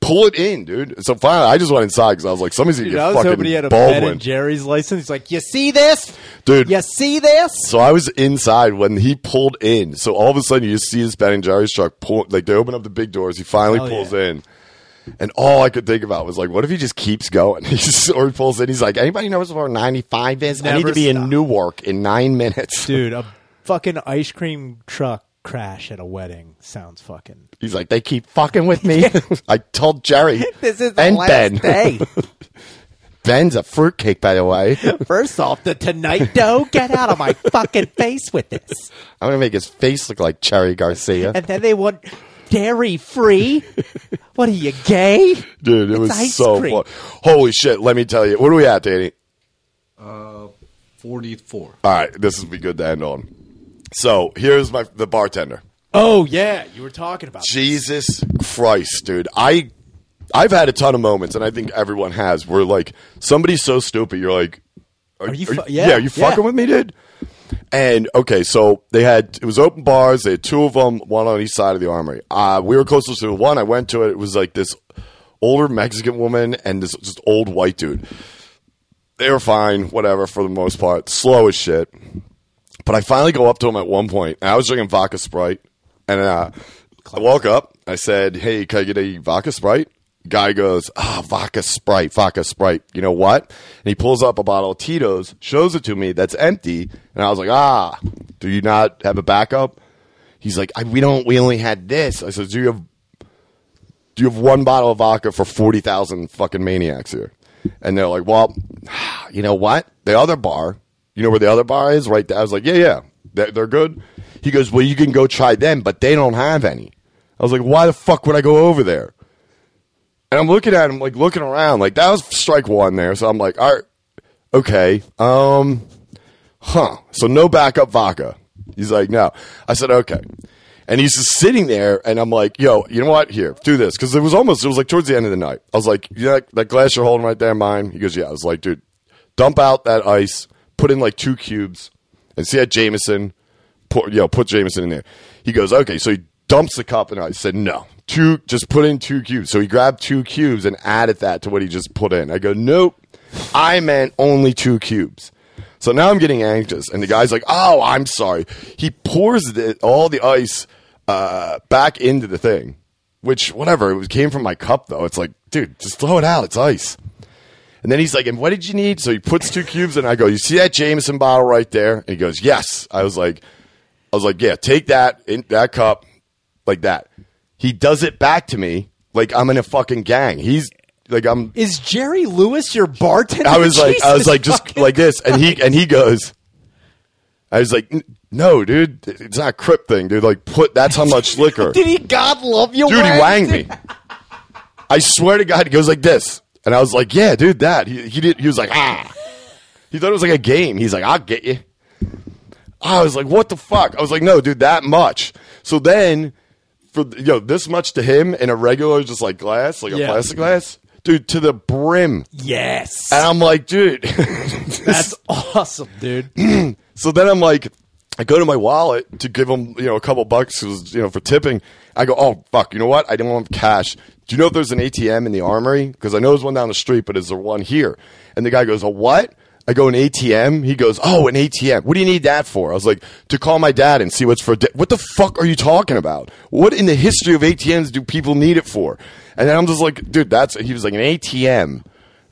Speaker 1: Pull it in, dude. So finally, I just went inside because I was like, somebody's gonna
Speaker 2: Dude,
Speaker 1: get
Speaker 2: I was
Speaker 1: fucking
Speaker 2: hoping he had a Ben
Speaker 1: Baldwin.
Speaker 2: and Jerry's license. He's like, you see this,
Speaker 1: Dude.
Speaker 2: You see this?
Speaker 1: So I was inside when he pulled in. So all of a sudden, you just see this Ben and Jerry's truck pull. Like they open up the big doors. He finally
Speaker 2: Hell
Speaker 1: pulls
Speaker 2: yeah.
Speaker 1: in, and all I could think about was like, what if he just keeps going? He just, or he pulls in. He's like, anybody knows where ninety five is? I need
Speaker 2: Never
Speaker 1: to be
Speaker 2: stop.
Speaker 1: in Newark in nine minutes.
Speaker 2: Dude, a fucking ice cream truck crash at a wedding sounds fucking.
Speaker 1: He's like, they keep fucking with me. I told Jerry. and Ben.
Speaker 2: day.
Speaker 1: Ben's a fruitcake, by the way. I'm
Speaker 2: First off, the tonight dough. Get out of my fucking face with this.
Speaker 1: gonna make his face look like Cherry Garcia.
Speaker 2: And then they want dairy free. What are you gay?
Speaker 1: Dude, it was
Speaker 2: ice
Speaker 1: so
Speaker 2: cream.
Speaker 1: fun. Holy shit! Let me tell you, what are we at, Danny?
Speaker 3: Forty-four.
Speaker 1: All right, this would be good to end on. So here's my the bartender.
Speaker 2: Oh yeah, you were talking about.
Speaker 1: Jesus Christ, dude. I I've had a ton of moments, and I think everyone has, where like somebody's so stupid, you're like,
Speaker 2: Are you fu- yeah,
Speaker 1: are you
Speaker 2: yeah.
Speaker 1: fucking with me, dude? And okay, so they had it was open bars. They had two of them, one on each side of the armory. Uh, we were closest to the one. I went to it. It was like this older Mexican woman and this just old white dude. They were fine, whatever, for the most part. Slow as shit. But I finally go up to him at one point, and I was drinking vodka Sprite, and uh, I walk up. I said, "Hey, can I get a vodka Sprite?" Guy goes, "Ah, vodka Sprite, vodka Sprite." You know what? And he pulls up a bottle of Tito's, shows it to me. That's empty, and I was like, "Ah, do you not have a backup?" He's like, I, "We don't. We only had this." I said, "Do you have do you have one bottle of vodka for 40,000 fucking maniacs here? And they're like, well, you know what? The other bar, you know where the other bar is? Right there. I was like, yeah, yeah, they're, they're good. He goes, well, you can go try them, but they don't have any. I was like, why the fuck would I go over there? And I'm looking at him, like looking around, like that was strike one there. So I'm like, all right, okay, um, huh. So no backup vodka. He's like, no. I said, okay. And he's just sitting there, and I'm like, yo, you know what? Here, do this. Because it was almost, it was like towards the end of the night. I was like, yeah, that, that glass you're holding right there, mine. He goes, yeah. I was like, dude, dump out that ice, put in like two cubes, and see that Jameson, pour, yo, put Jameson in there. He goes, okay. So he dumps the cup, and I said, no, two, just put in two cubes. So he grabbed two cubes and added that to what he just put in. I go, nope, I meant only two cubes. So now I'm getting anxious, and the guy's like, "Oh, I'm sorry." He pours the, all the ice uh, back into the thing, which whatever. It was, came from my cup though. It's like, dude, just throw it out. It's ice. And then he's like, "And what did you need?" So he puts two cubes, and I go, "You see that Jameson bottle right there?" And he goes, "Yes." I was like, "I was like, yeah, take that in that cup, like that." He does it back to me like I'm in a fucking gang. He's like I'm
Speaker 2: Is Jerry Lewis your bartender?
Speaker 1: I was like, I was
Speaker 2: Jesus
Speaker 1: like, just
Speaker 2: fucking-
Speaker 1: like this, and he and he goes. I was like, "N- no, dude, it's not a crip thing, dude. Like, put that's how much liquor, dude.
Speaker 2: Did he God love you?
Speaker 1: He wanged me. I swear to God, he goes like this, and I was like, yeah, dude, that. He he did. He was like, ah. He thought it was like a game. He's like, I'll get you. I was like, what the fuck? I was like, no, dude, that much. So then, for yo, this much to him in a regular, just like glass, like a
Speaker 2: Yeah.
Speaker 1: plastic glass, dude, to the brim.
Speaker 2: Yes,
Speaker 1: And I'm like, dude, this-
Speaker 2: that's awesome, dude.
Speaker 1: so then I'm like, I go to my wallet to give him, you know, a couple bucks, 'cause, you know, for tipping. I go, oh fuck, you know what? I didn't want cash. Do you know if there's an ATM in the armory? Because I know there's one down the street, but is there one here? And the guy goes, a what? I go an ATM. He goes, oh, an ATM. What do you need that for? I was like, to call my dad and see what's for. Di- what the fuck are you talking about? What in the history of ATMs do people need it for? And then I'm just like, dude, that's. He was like an ATM.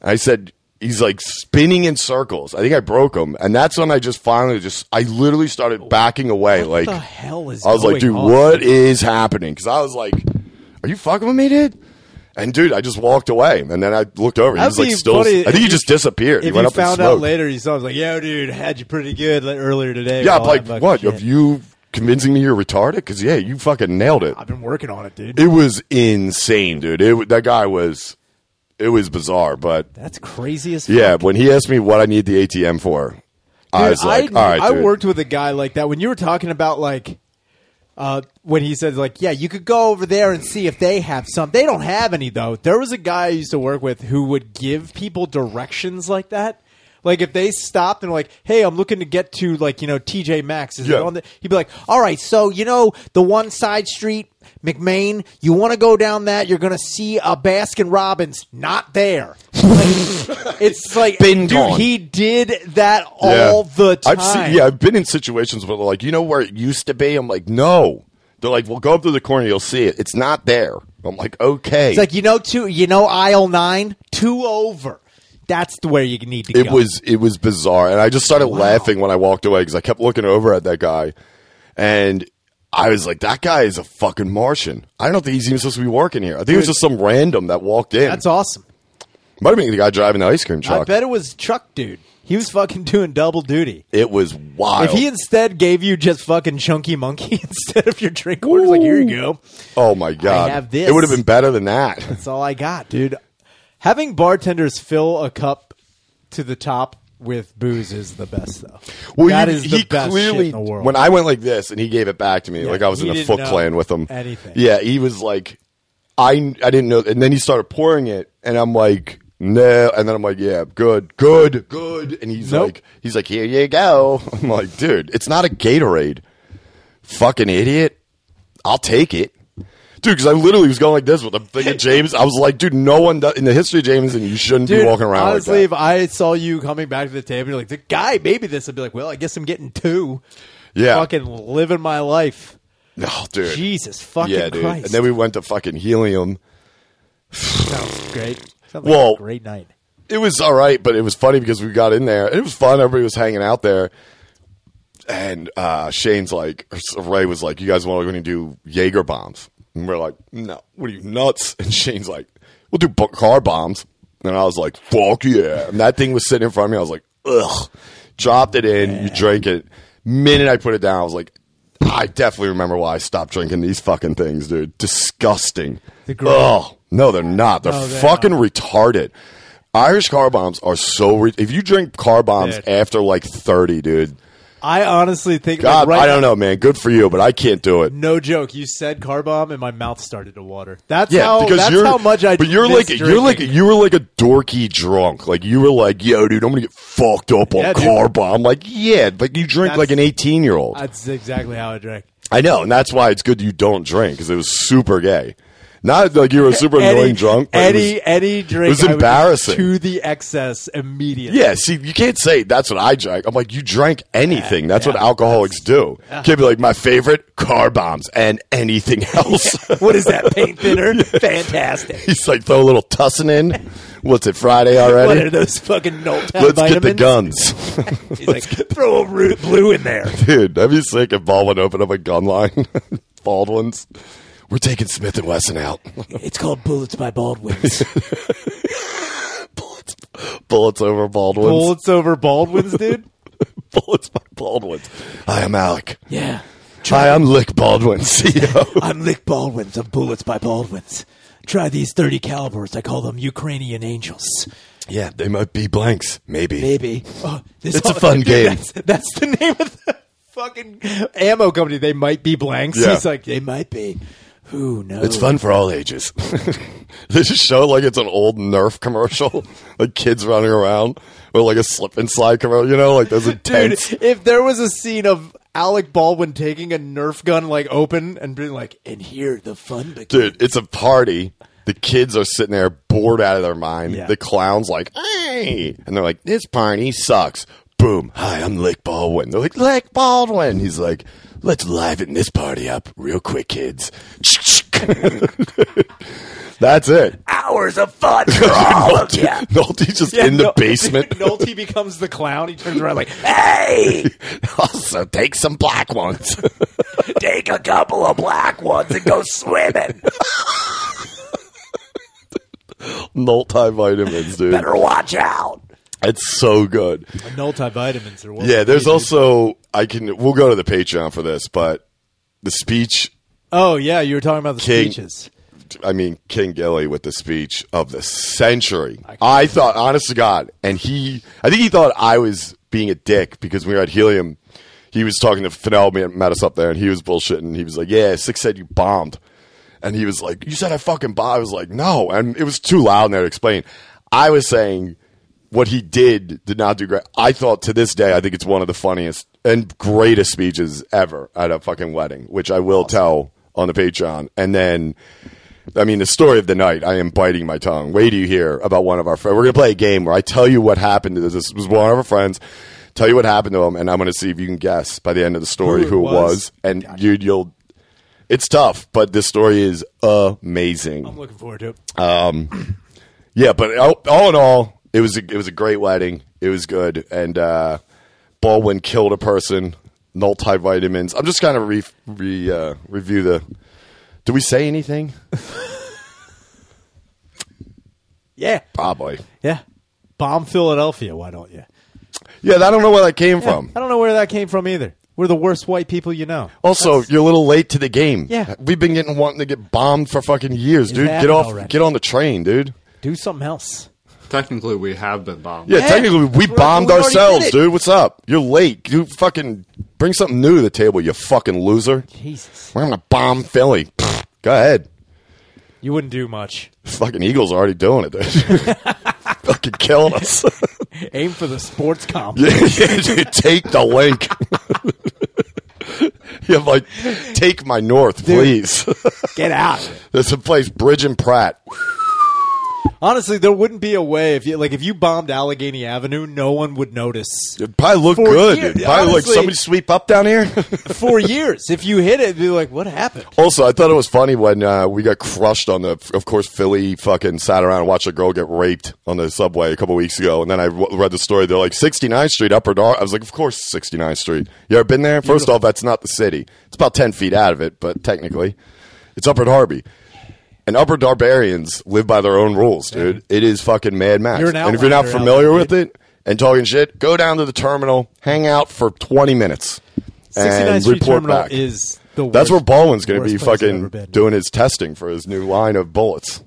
Speaker 1: I said, he's like spinning in circles. I think I broke him. And that's when I just finally just, I literally started backing away.
Speaker 2: What
Speaker 1: like,
Speaker 2: the hell is?
Speaker 1: I was like,
Speaker 2: going
Speaker 1: dude,
Speaker 2: on?
Speaker 1: what is happening? Because I was like, are you fucking with me, dude? And dude, I just walked away. And then I looked over. He
Speaker 2: That'd
Speaker 1: was like,
Speaker 2: be
Speaker 1: still,
Speaker 2: funny
Speaker 1: I think
Speaker 2: if
Speaker 1: he
Speaker 2: you-
Speaker 1: just disappeared. He
Speaker 2: If
Speaker 1: went
Speaker 2: you
Speaker 1: up in
Speaker 2: found out
Speaker 1: smoke.
Speaker 2: later, you saw I was like, "Yo, dude, had you pretty good like, earlier today."
Speaker 1: Yeah,
Speaker 2: with
Speaker 1: I'm
Speaker 2: all Oh, that
Speaker 1: like,
Speaker 2: fucking
Speaker 1: what?
Speaker 2: shit."
Speaker 1: Of you convincing me you're retarded? Because yeah, you fucking nailed it.
Speaker 2: I've been working on it, dude.
Speaker 1: It was insane, dude. It, wa- that guy was, it was bizarre, but
Speaker 2: That's crazy as fuck.
Speaker 1: Yeah, when he asked me what I need the ATM for, I
Speaker 2: Dude,
Speaker 1: was like,
Speaker 2: I,
Speaker 1: "All right,
Speaker 2: I
Speaker 1: dude."
Speaker 2: worked with a guy like that when you were talking about like uh, when he said like, yeah, you could go over there and see if they have some. They don't have any though. There was a guy I used to work with who would give people directions like that. Like if they stopped and were like, hey, I'm looking to get to like you know TJ Maxx. Is it
Speaker 1: Yeah.
Speaker 2: on the? He'd be like, all right, so you know the one side street. McMain, you want to go down that? You're gonna see a Baskin Robbins not there. Like, it's like,
Speaker 1: Been
Speaker 2: dude,
Speaker 1: gone.
Speaker 2: he did that
Speaker 1: Yeah.
Speaker 2: all the time.
Speaker 1: I've seen, yeah, I've been in situations where they're like, you know where it used to be? I'm like, no. They're like, well, go up to the corner, you'll see it. It's not there. I'm like, okay.
Speaker 2: It's like you know two, you know aisle nine, two over. That's the where you need to
Speaker 1: It
Speaker 2: go.
Speaker 1: was it was bizarre, and I just started laughing when I walked away because I kept looking over at that guy, and I was like, "That guy is a fucking Martian." I don't think he's even supposed to be working here. I think it was just some random that walked in.
Speaker 2: That's awesome.
Speaker 1: Might have been the guy driving the ice cream
Speaker 2: I
Speaker 1: truck.
Speaker 2: bet it was truck dude. He was fucking doing double duty.
Speaker 1: it was wild.
Speaker 2: If he instead gave you just fucking chunky monkey instead of your drink order, it's like here you go.
Speaker 1: oh my god,
Speaker 2: have this.
Speaker 1: it would have been better than that.
Speaker 2: That's all I got, dude. Having bartenders fill a cup to the top with booze is the best, though.
Speaker 1: Well,
Speaker 2: That
Speaker 1: you-
Speaker 2: is the best shit in the world.
Speaker 1: When I went like this, and he gave it back to me, like I was
Speaker 2: he
Speaker 1: in a
Speaker 2: didn't
Speaker 1: Foot
Speaker 2: know
Speaker 1: Clan with him.
Speaker 2: anything.
Speaker 1: Yeah, he was like, I I didn't know, and then he started pouring it, and I'm like, no, and then I'm like, yeah, good, good, good, and he's
Speaker 2: Nope.
Speaker 1: like, he's like, here you go. I'm like, dude, it's not a Gatorade, fucking idiot. I'll take it. Dude, because I literally was going like this with the thing of James. I was like, dude, no one does, in the history of James, and you shouldn't
Speaker 2: Dude,
Speaker 1: be walking around
Speaker 2: honestly,
Speaker 1: like that.
Speaker 2: if I saw you coming back to the table, you're like, the guy maybe this, I'd be like, well, I guess I'm getting two.
Speaker 1: Yeah,
Speaker 2: Fucking living my life.
Speaker 1: no, dude.
Speaker 2: Jesus fucking
Speaker 1: yeah, dude.
Speaker 2: Christ.
Speaker 1: And then we went to fucking Helium.
Speaker 2: Sounds great. Sounds
Speaker 1: Well-
Speaker 2: like a great night.
Speaker 1: It was all right, but it was funny because we got in there. It was fun. Everybody was hanging out there. And uh, Shane's like, or Ray was like, you guys want to do Jaeger bombs? And we're like, no, what are you, nuts? And Shane's like, we'll do bu- car bombs. And I was like, fuck yeah. And that thing was sitting in front of me. I was like, ugh. Dropped it in. You drank it. Minute I put it down, I was like, I definitely remember why I stopped drinking these fucking things, dude. Disgusting.
Speaker 2: They're great.
Speaker 1: Ugh. No, they're not. They're
Speaker 2: No, they
Speaker 1: fucking retarded. Irish car bombs are so. Re- if you drink car bombs
Speaker 2: Dude.
Speaker 1: after like thirty, dude,
Speaker 2: I honestly think
Speaker 1: God,
Speaker 2: like, right
Speaker 1: I don't know, man. Good for you, but I can't do it.
Speaker 2: No joke. You said car bomb, and my mouth started to water. That's
Speaker 1: Yeah,
Speaker 2: how.
Speaker 1: because
Speaker 2: that's
Speaker 1: you're
Speaker 2: how much I.
Speaker 1: But you're
Speaker 2: miss
Speaker 1: like you're like
Speaker 2: drinking.
Speaker 1: you were like a dorky drunk. Like you were like, yo, dude, I'm gonna get fucked up on
Speaker 2: Yeah, dude.
Speaker 1: car bomb. Like yeah, like you drink
Speaker 2: That's-
Speaker 1: like an eighteen year old. I,
Speaker 2: That's exactly how I drank.
Speaker 1: know, and that's why it's good you don't drink because it was super gay. Not like you were a super annoying drunk. But it was-
Speaker 2: Any any drink.
Speaker 1: was
Speaker 2: I would just
Speaker 1: embarrassing.
Speaker 2: to the excess immediately.
Speaker 1: Yeah, see, you can't say that's what I drank. I'm like, you drank anything. That's what alcoholics do. Can't be like my favorite car bombs and anything else.
Speaker 2: What is that paint thinner? Fantastic.
Speaker 1: He's like throw a little tussin in. What's it Friday
Speaker 2: What are
Speaker 1: already?
Speaker 2: those fucking Nolt
Speaker 1: Let's
Speaker 2: vitamins?
Speaker 1: get the guns,
Speaker 2: He's like, throw a root blue in there.
Speaker 1: dude. That'd be sick if Baldwin opened up a gun line. Bald ones. We're taking Smith and Wesson out.
Speaker 2: It's called bullets by Baldwin's.
Speaker 1: bullets, bullets over Baldwin's.
Speaker 2: bullets over Baldwin's, dude.
Speaker 1: Bullets by Baldwin's. Hi, I'm Alec.
Speaker 2: Yeah.
Speaker 1: Hi, I'm Lick E Baldwin, CEO.
Speaker 2: I'm Lick Baldwin's of Bullets by Baldwin's. Try these 30 calibers. I call them Ukrainian angels.
Speaker 1: yeah, they might be blanks,
Speaker 2: Maybe. Oh, this
Speaker 1: It's a fun
Speaker 2: dude,
Speaker 1: game.
Speaker 2: That's, that's the name of the fucking ammo company. They might be blanks.
Speaker 1: Yeah.
Speaker 2: He's like, they might be. Who knows?
Speaker 1: It's fun for all ages. they just show it like it's an old Nerf commercial, like kids running around, or like a slip and slide commercial. You know, like there's a
Speaker 2: Dude,
Speaker 1: tent.
Speaker 2: if there was a scene of Alec Baldwin taking a Nerf gun like open and being like, and here the fun begins.
Speaker 1: Dude, it's a party. The kids are sitting there bored out of their mind.
Speaker 2: Yeah.
Speaker 1: The clown's like, hey. And they're like, this party sucks. Boom. Hi, I'm Lick Baldwin. They're like, Lick Baldwin. He's like, let's liven this party up real quick, kids. That's it.
Speaker 4: Hours of fun for all of you.
Speaker 1: Nolte's just
Speaker 2: Yeah,
Speaker 1: in the
Speaker 2: Nol-
Speaker 1: basement.
Speaker 2: Nolte becomes the clown. He turns around like,
Speaker 4: Hey,
Speaker 1: also take some black ones.
Speaker 4: take a couple of black ones and go swimming.
Speaker 1: Multivitamins, dude.
Speaker 4: Better watch out.
Speaker 1: It's so good.
Speaker 2: multivitamins or what?
Speaker 1: Yeah, there's also I can we'll go to the Patreon for this, but the speech
Speaker 2: Oh yeah, you were talking about the
Speaker 1: King.
Speaker 2: speeches.
Speaker 1: I mean King Gilly with the speech of the century. I thought honest to God, and he I think he thought I was being a dick because we were at Helium. He was talking to Fennell met met us up there and he was bullshitting. He was like, Yeah, Six said you bombed. And he was like, You said I fucking bombed. I was like, No. And it was too loud in there to explain. I was saying what he did did not do great. I thought to this day, I think it's one of the funniest and greatest speeches ever at a fucking wedding, which I will tell on the Patreon. And then, I mean, the story of the night, I am biting my tongue. Wait do you hear about one of our friends. We're going to play a game where I tell you what happened to this. This was one of our friends. Tell you what happened to him, and I'm going to see if you can guess by the end of the story
Speaker 2: Who it
Speaker 1: who it was.
Speaker 2: was?
Speaker 1: And dude, you'll. It's tough, but this story is amazing.
Speaker 2: I'm looking forward to it.
Speaker 1: Yeah, but all, all in all, It was a, it was a great wedding. It was good, and uh, Baldwin killed a person. Multivitamins. I'm just kind of re, re uh, review the. Did we say anything?
Speaker 2: Yeah.
Speaker 1: Probably.
Speaker 2: Yeah. Bomb Philadelphia, why don't you?
Speaker 1: Yeah, I don't know where that came from.
Speaker 2: I don't know where that came from either. We're the worst white people you know.
Speaker 1: Also, you're a little late to the game.
Speaker 2: Yeah.
Speaker 1: we've been getting wanting to get bombed for fucking years, dude. Get
Speaker 2: happened
Speaker 1: off,
Speaker 2: already.
Speaker 1: get on the train, dude.
Speaker 2: Do something else.
Speaker 3: Technically, we have been bombed.
Speaker 1: Yeah,
Speaker 2: Yeah.
Speaker 1: technically we
Speaker 2: We
Speaker 1: bombed
Speaker 2: already
Speaker 1: ourselves,
Speaker 2: did it.
Speaker 1: dude. What's up? You're late. You fucking bring something new to the table, you fucking loser.
Speaker 2: Jesus.
Speaker 1: We're gonna bomb Philly. Pfft, Go ahead.
Speaker 2: You wouldn't do much.
Speaker 1: Fucking Eagles are already doing it, dude. fucking killing us.
Speaker 2: Aim for the sports comp.
Speaker 1: yeah, yeah, dude, take the link. yeah, like take my north, please.
Speaker 2: Get out.
Speaker 1: There's a place, Bridge and Pratt.
Speaker 2: Honestly, there wouldn't be a way if you like if you bombed Allegheny Avenue, no one would notice.
Speaker 1: It'd probably look
Speaker 2: For
Speaker 1: good.
Speaker 2: years,
Speaker 1: It'd probably look
Speaker 2: honestly.
Speaker 1: somebody sweep up down here.
Speaker 2: For years, if you hit it, it'd be like, "What happened?"
Speaker 1: also, I thought it was funny when uh, we got crushed on the. Of course, Philly fucking sat around and watched a girl get raped on the subway a couple weeks ago, and then I w- read the story. They're like 69th Street, Upper Dar. I was like, of course, 69th Street. You ever been there? First off, that's not the city. It's about 10 feet out of it, but technically, it's Upper Darby. And Upper Darbarians live by their own rules, dude. It is fucking Mad Max.
Speaker 2: You're an
Speaker 1: and if you're not
Speaker 2: outlier out
Speaker 1: familiar
Speaker 2: there,
Speaker 1: with it and talking shit, go down to the terminal, hang out for 20 minutes,
Speaker 2: 69th
Speaker 1: and
Speaker 2: Street
Speaker 1: report
Speaker 2: Terminal
Speaker 1: back.
Speaker 2: is the worst.
Speaker 1: That's where Baldwin's going to
Speaker 2: worst
Speaker 1: be
Speaker 2: place I've ever
Speaker 1: fucking
Speaker 2: been.
Speaker 1: doing his testing for his new line of bullets.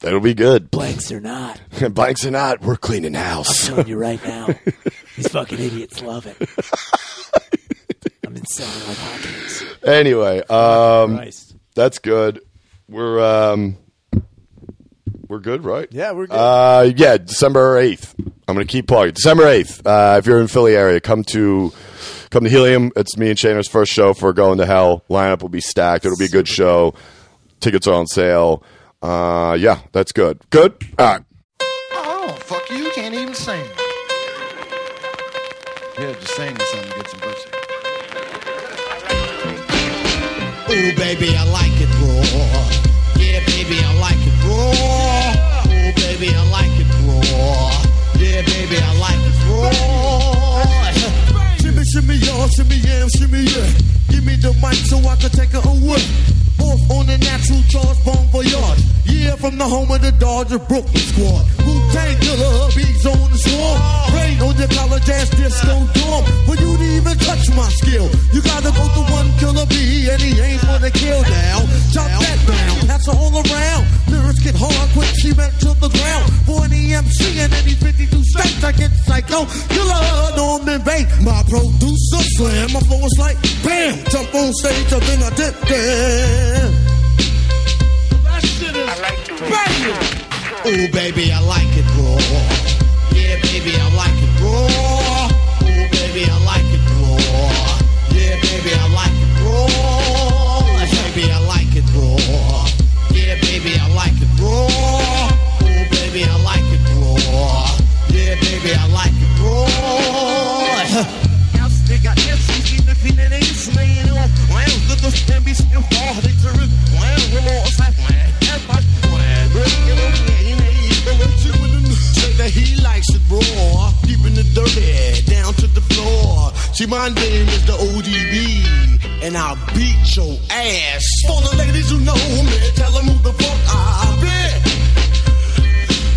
Speaker 1: That'll be good.
Speaker 4: Blanks or not,
Speaker 1: Blanks or not, we're cleaning house.
Speaker 4: telling you right now, these fucking idiots love it. I'm in selling like hotcakes.
Speaker 1: anyway, um,
Speaker 2: Christ.
Speaker 1: that's good. We're um, we're good, right?
Speaker 2: Yeah, we're good.
Speaker 1: Uh, yeah, December eighth. I'm gonna keep plugging. December eighth. Uh, if you're in Philly area, come to come to Helium. It's me and Shayner's first show for Going to Hell. Lineup will be stacked. It'll be a good show. Tickets are on sale. Uh, yeah, that's good. Good. All right.
Speaker 5: Oh, fuck you, can't even sing. Yeah, just sing to something, get some pussy.
Speaker 6: Ooh, baby, I like it raw. Yeah, baby, I like it raw. Ooh, baby, I like it raw. Yeah, baby, I like it raw.
Speaker 7: Shimmy, shimmy, y'all, shimmy, yeah, shimmy, yeah. Give me the mic so I can take it away. Off on the natural charge, bon voyage. Yeah, from the home of the Dodger Brooklyn squad. Wu Tang killer, bees on the swarm. Rain on your college ass disco dorm. Well, you didn't even touch my skill. You gotta go to one killer bee, and he ain't for the kill now. Chop that down, that's all around. Lyrics get hard, quick, she meant to the ground. For an EMC and any 52 states, I get psycho. Killer, Norman Bain, my producer slam. My flow is like bam, jump on stage, up in a dip there.
Speaker 6: Ooh, baby, I like it raw. Yeah, baby, I like it raw. Ooh, baby, I like it raw. Yeah, baby, I like it raw. Ooh, baby, I like it raw. Yeah, baby, I like it raw. Ooh, baby, I like it raw. Yeah, baby, I like it raw.
Speaker 7: They got MCs in the feeling they just laying on ground. Little stambies and fall, they turn around. We're all like, man, everybody, man, we're in a man, Say that he likes it raw, deep in the dirty, down to the floor. See, my name is the ODB, and I'll beat your ass. For the ladies who know me, tell them who the fuck I be.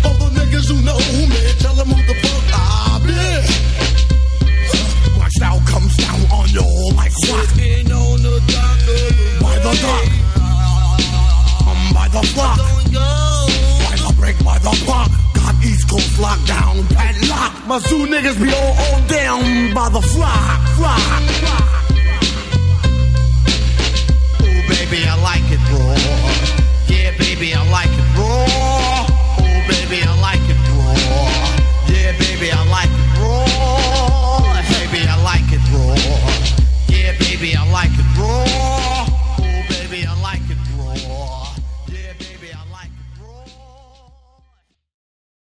Speaker 7: For the niggas who know me, tell them who the fuck I be. My style comes down on you like what? Sitting on the dock by the dock. Um, by the block. By the break, by the block. Got East Coast lockdown, padlock. My zoo niggas be all on down by the flock, flock, flock.
Speaker 6: Ooh, baby, I like it raw. Yeah, baby, I like it raw.